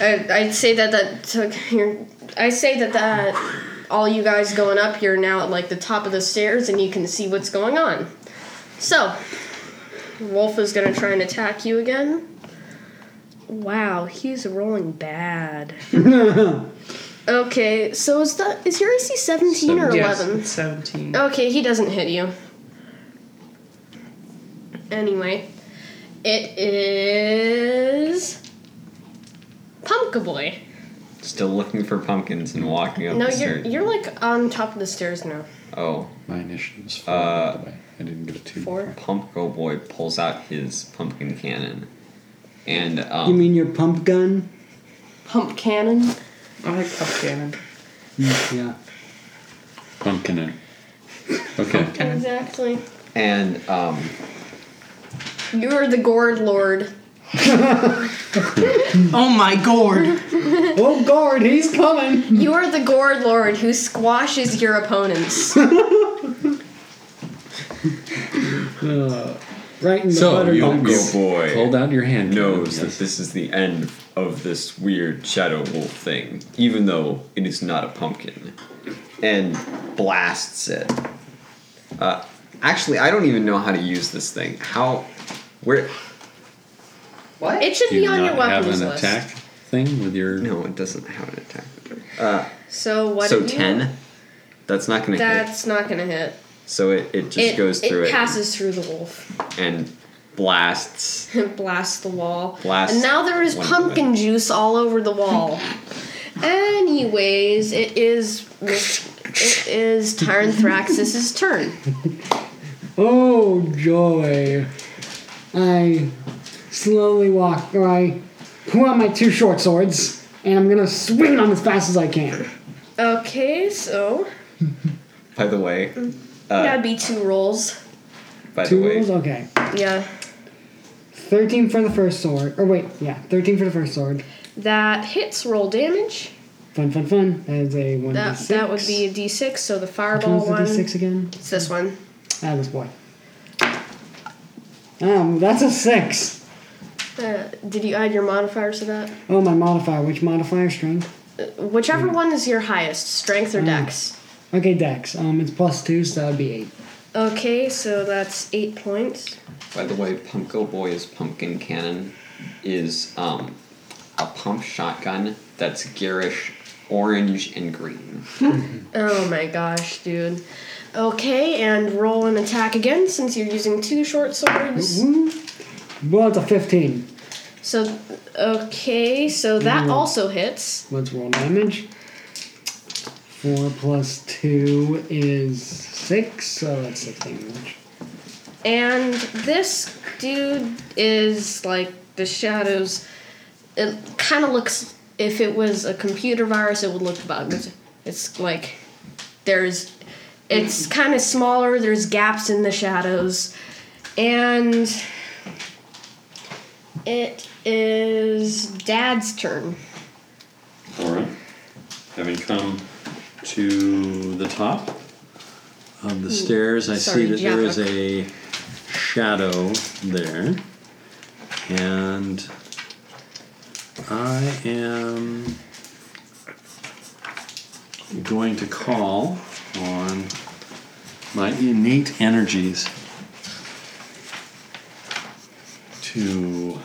[SPEAKER 6] I, I'd say that that took your. I say that that all you guys going up. You're now at like the top of the stairs, and you can see what's going on. So, Wolf is gonna try and attack you again. Wow, he's rolling bad. okay, so is that is your AC seventeen or
[SPEAKER 5] Yes,
[SPEAKER 6] eleven?
[SPEAKER 5] it's 17.
[SPEAKER 6] Okay, he doesn't hit you. Anyway, it is Pumpka Boy.
[SPEAKER 4] Still looking for pumpkins and walking up
[SPEAKER 6] No,
[SPEAKER 4] the
[SPEAKER 6] you're
[SPEAKER 4] stairs.
[SPEAKER 6] you're like on top of the stairs now.
[SPEAKER 4] oh,
[SPEAKER 2] My initiative was four,
[SPEAKER 4] Uh,
[SPEAKER 2] by the way. I didn't get a two.
[SPEAKER 6] Four.
[SPEAKER 4] Pump Go Boy pulls out his pumpkin cannon, and um,
[SPEAKER 3] You mean your pump gun?
[SPEAKER 7] Pump cannon.
[SPEAKER 5] Oh, I like pump cannon.
[SPEAKER 3] Yeah.
[SPEAKER 2] Pumpkin in. Okay.
[SPEAKER 6] Exactly.
[SPEAKER 4] and um,
[SPEAKER 6] You're the Gourd Lord.
[SPEAKER 5] Oh my gourd.
[SPEAKER 3] Oh guard, he's coming.
[SPEAKER 6] You're the Gourd Lord who squashes your opponents.
[SPEAKER 3] Right in the
[SPEAKER 2] So,
[SPEAKER 3] butternut.
[SPEAKER 2] you-
[SPEAKER 4] Pump Go
[SPEAKER 2] Yes.
[SPEAKER 4] Boy
[SPEAKER 2] Hold out your hand.
[SPEAKER 4] knows
[SPEAKER 2] Kevin,
[SPEAKER 4] that this is the end of this weird shadow wolf thing, even though it is not a pumpkin, and blasts it. Uh, actually, I don't even know how to use this thing. How? Where? What?
[SPEAKER 6] It should
[SPEAKER 2] Do
[SPEAKER 6] be
[SPEAKER 2] you
[SPEAKER 6] on your
[SPEAKER 2] not have
[SPEAKER 6] weapons
[SPEAKER 2] an
[SPEAKER 6] list.
[SPEAKER 2] attack thing with your.
[SPEAKER 4] no, it doesn't have an attack. order.
[SPEAKER 6] So what?
[SPEAKER 4] so
[SPEAKER 6] do you-
[SPEAKER 4] ten. That's not gonna hit.
[SPEAKER 6] That's not gonna hit.
[SPEAKER 4] So it, it just
[SPEAKER 6] it
[SPEAKER 4] goes through it,
[SPEAKER 6] it passes through the wolf.
[SPEAKER 4] and blasts.
[SPEAKER 6] blast the wall.
[SPEAKER 4] Blast
[SPEAKER 6] And now there is
[SPEAKER 4] one
[SPEAKER 6] pumpkin
[SPEAKER 4] woman.
[SPEAKER 6] juice all over the wall. Anyways, it is Miss it is Tyranthraxus' turn.
[SPEAKER 3] Oh joy! I slowly walk. Or I pull out my two short swords, and I'm gonna swing them as fast as I can.
[SPEAKER 6] Okay, so
[SPEAKER 4] By the way,
[SPEAKER 6] that'd be two rolls.
[SPEAKER 4] by
[SPEAKER 3] Two
[SPEAKER 4] the way,
[SPEAKER 3] rolls, okay.
[SPEAKER 6] Yeah,
[SPEAKER 3] Thirteen for the first sword. Or wait, yeah, thirteen for the first sword.
[SPEAKER 6] that hits. Roll damage.
[SPEAKER 3] Fun, fun, fun. That is a one
[SPEAKER 6] That
[SPEAKER 3] d six.
[SPEAKER 6] that would be a d6. So the
[SPEAKER 3] Comes
[SPEAKER 6] fireball
[SPEAKER 3] the
[SPEAKER 6] one.
[SPEAKER 3] d6 again.
[SPEAKER 6] It's this one.
[SPEAKER 3] Ah, this boy. Um, that's a six.
[SPEAKER 6] Uh, did you add your modifiers to that?
[SPEAKER 3] Oh, my modifier. Which modifier? Strength.
[SPEAKER 6] Whichever one is your highest, strength or dex.
[SPEAKER 3] Okay, Dex. Um, it's plus two, so that would be eight.
[SPEAKER 6] Okay, so that's eight points.
[SPEAKER 4] by the way, Pumpko Boy's pumpkin cannon is um, a pump shotgun that's garish orange and green.
[SPEAKER 6] Oh my gosh, dude. Okay, and roll an attack again since you're using two short swords.
[SPEAKER 3] Well, it's a fifteen.
[SPEAKER 6] So, okay, so that also hits.
[SPEAKER 3] Let's roll damage. Four plus two is six, so that's six damage.
[SPEAKER 6] And this dude is like the shadows. It kind of looks, if it was a computer virus, it would look about. It's, it's like there's, it's kind of smaller, there's gaps in the shadows. And it is dad's turn.
[SPEAKER 2] All right. Having come to the top of the stairs, I
[SPEAKER 6] sorry,
[SPEAKER 2] see that there is
[SPEAKER 6] Jaffok.
[SPEAKER 2] a shadow there. And I am going to call on my innate energies to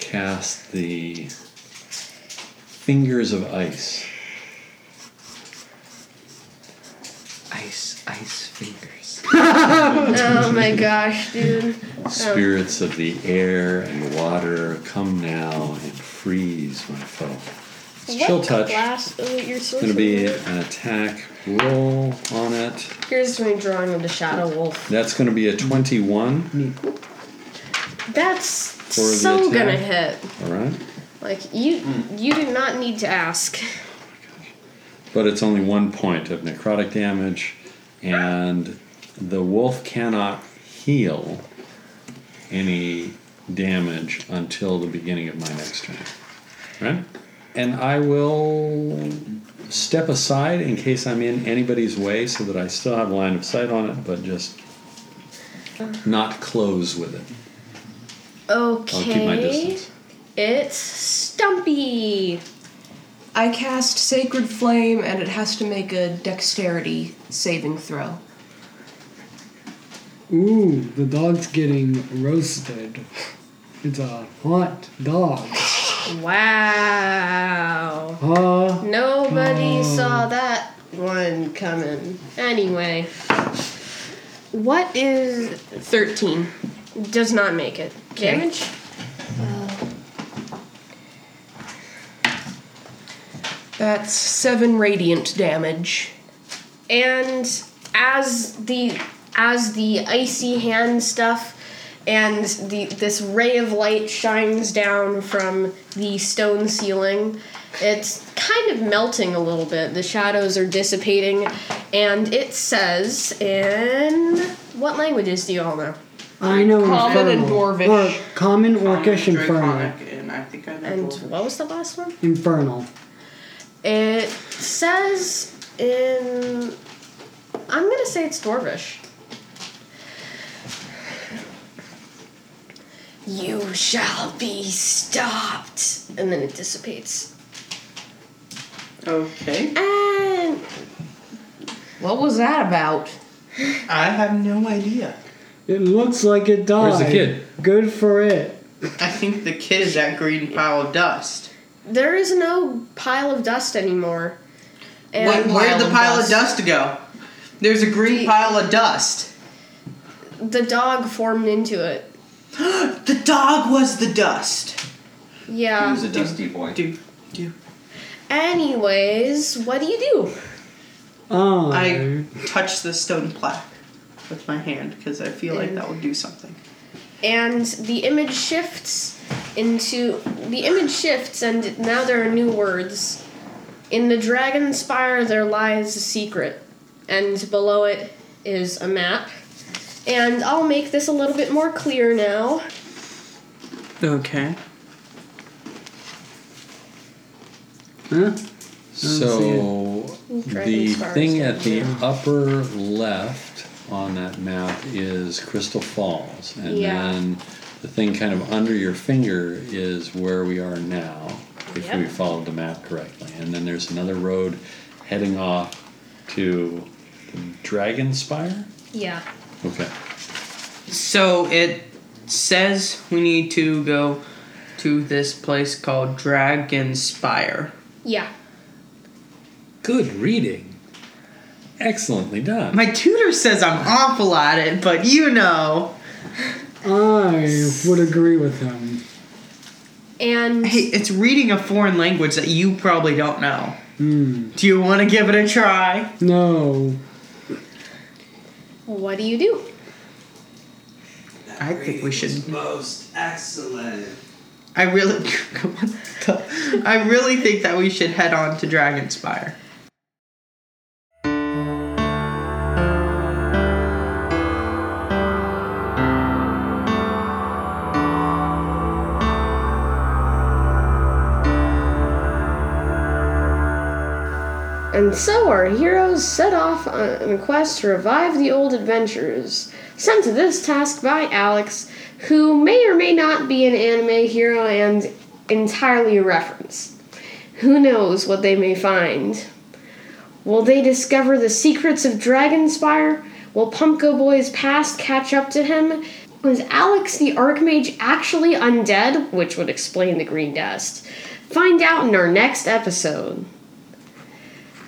[SPEAKER 2] cast the fingers of ice.
[SPEAKER 4] Ice, ice fingers.
[SPEAKER 6] Oh my gosh, dude.
[SPEAKER 2] Spirits of the air and water, come now and freeze my foe. It's chill touch.
[SPEAKER 6] Class, oh, wait, you're
[SPEAKER 2] It's going to be an attack roll on it.
[SPEAKER 6] Here's my drawing of the Shadow Wolf.
[SPEAKER 2] That's going to be a 21.
[SPEAKER 6] That's
[SPEAKER 2] the
[SPEAKER 6] so gonna hit.
[SPEAKER 2] attack. All right.
[SPEAKER 6] Like you,
[SPEAKER 2] Hmm.
[SPEAKER 6] you do not need to ask.
[SPEAKER 2] But it's only one point of necrotic damage, and the wolf cannot heal any damage until the beginning of my next turn. Right? And I will step aside in case I'm in anybody's way so that I still have line of sight on it, but just not close with it.
[SPEAKER 6] Okay.
[SPEAKER 2] I'll keep my distance.
[SPEAKER 6] It's Stumpy.
[SPEAKER 7] I cast Sacred Flame and it has to make a dexterity saving throw.
[SPEAKER 3] Ooh, the dog's getting roasted. It's a hot dog.
[SPEAKER 6] Wow.
[SPEAKER 3] Uh,
[SPEAKER 6] Nobody saw that one coming. Anyway, what is
[SPEAKER 7] 13.
[SPEAKER 6] does not make it damage?
[SPEAKER 7] That's 7 radiant damage.
[SPEAKER 6] and as the as the icy hand stuff and the this ray of light shines down from the stone ceiling it's kind of melting a little bit the shadows are dissipating and it says in what languages do you all know
[SPEAKER 3] I know
[SPEAKER 7] Common and
[SPEAKER 3] infernal.
[SPEAKER 7] dwarvish.
[SPEAKER 3] Or common, orcish, infernal.
[SPEAKER 5] Draconic, and I think I
[SPEAKER 6] and
[SPEAKER 5] leveled.
[SPEAKER 6] what was the last one
[SPEAKER 3] Infernal.
[SPEAKER 6] it says in i'm gonna say it's dwarvish you shall be stopped and then it dissipates
[SPEAKER 5] Okay.
[SPEAKER 6] and
[SPEAKER 7] What was that about?
[SPEAKER 5] I have no idea.
[SPEAKER 3] It looks like it died.
[SPEAKER 2] Where's the kid?
[SPEAKER 3] Good for it.
[SPEAKER 5] I think the kid is that green pile of dust.
[SPEAKER 6] there is no pile of dust anymore and
[SPEAKER 5] Wait, where'd the pile of dust go? There's a green pile of dust.
[SPEAKER 6] the dog formed into it
[SPEAKER 5] The dog was the dust.
[SPEAKER 4] He
[SPEAKER 6] yeah
[SPEAKER 4] was a dusty boy.
[SPEAKER 5] Do, do.
[SPEAKER 6] anyways what do you do
[SPEAKER 3] Oh.
[SPEAKER 5] I touch the stone plaque with my hand because I feel like that will do something.
[SPEAKER 6] and the image shifts into the image shifts and now there are new words in the dragon spire there lies a secret and below it is a map and i'll make this a little bit more clear now
[SPEAKER 5] Okay.
[SPEAKER 3] Huh?
[SPEAKER 2] So
[SPEAKER 6] Dragon
[SPEAKER 2] the
[SPEAKER 6] Star
[SPEAKER 2] thing
[SPEAKER 6] is
[SPEAKER 2] at the
[SPEAKER 6] down
[SPEAKER 2] upper left on that map is Crystal Falls, and
[SPEAKER 6] Yeah.
[SPEAKER 2] then the thing kind of under your finger is where we are now, if we
[SPEAKER 6] Yep.
[SPEAKER 2] followed the map correctly. And then there's another road heading off to the Dragon Spire.
[SPEAKER 6] yeah
[SPEAKER 2] Okay.
[SPEAKER 5] So it says we need to go to this place called Dragon Spire.
[SPEAKER 6] yeah
[SPEAKER 2] Good reading. Excellently done.
[SPEAKER 5] My tutor says I'm awful at it, but you know.
[SPEAKER 3] I would agree with him.
[SPEAKER 6] and
[SPEAKER 5] Hey, it's reading a foreign language that you probably don't know. Do you want to give it a try?
[SPEAKER 3] No.
[SPEAKER 6] what do you do
[SPEAKER 5] I think we should
[SPEAKER 8] Most excellent.
[SPEAKER 5] I really, what the- I really think that we should head on to Dragonspire.
[SPEAKER 6] And so our heroes set off on a quest to revive the old adventurers, sent to this task by Alex, who may or may not be an anime hero and entirely a reference. Who knows what they may find? Will they discover the secrets of Dragonspire? Will Pumpko Boy's past catch up to him? Was Alex the Archmage actually undead? Which would explain the green dust. Find out in our next episode.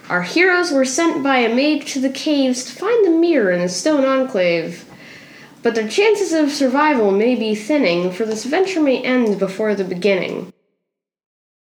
[SPEAKER 6] Our heroes were sent by a mage to the caves to find the mirror in the stone enclave. But their chances of survival may be thinning, for this venture may end before the beginning.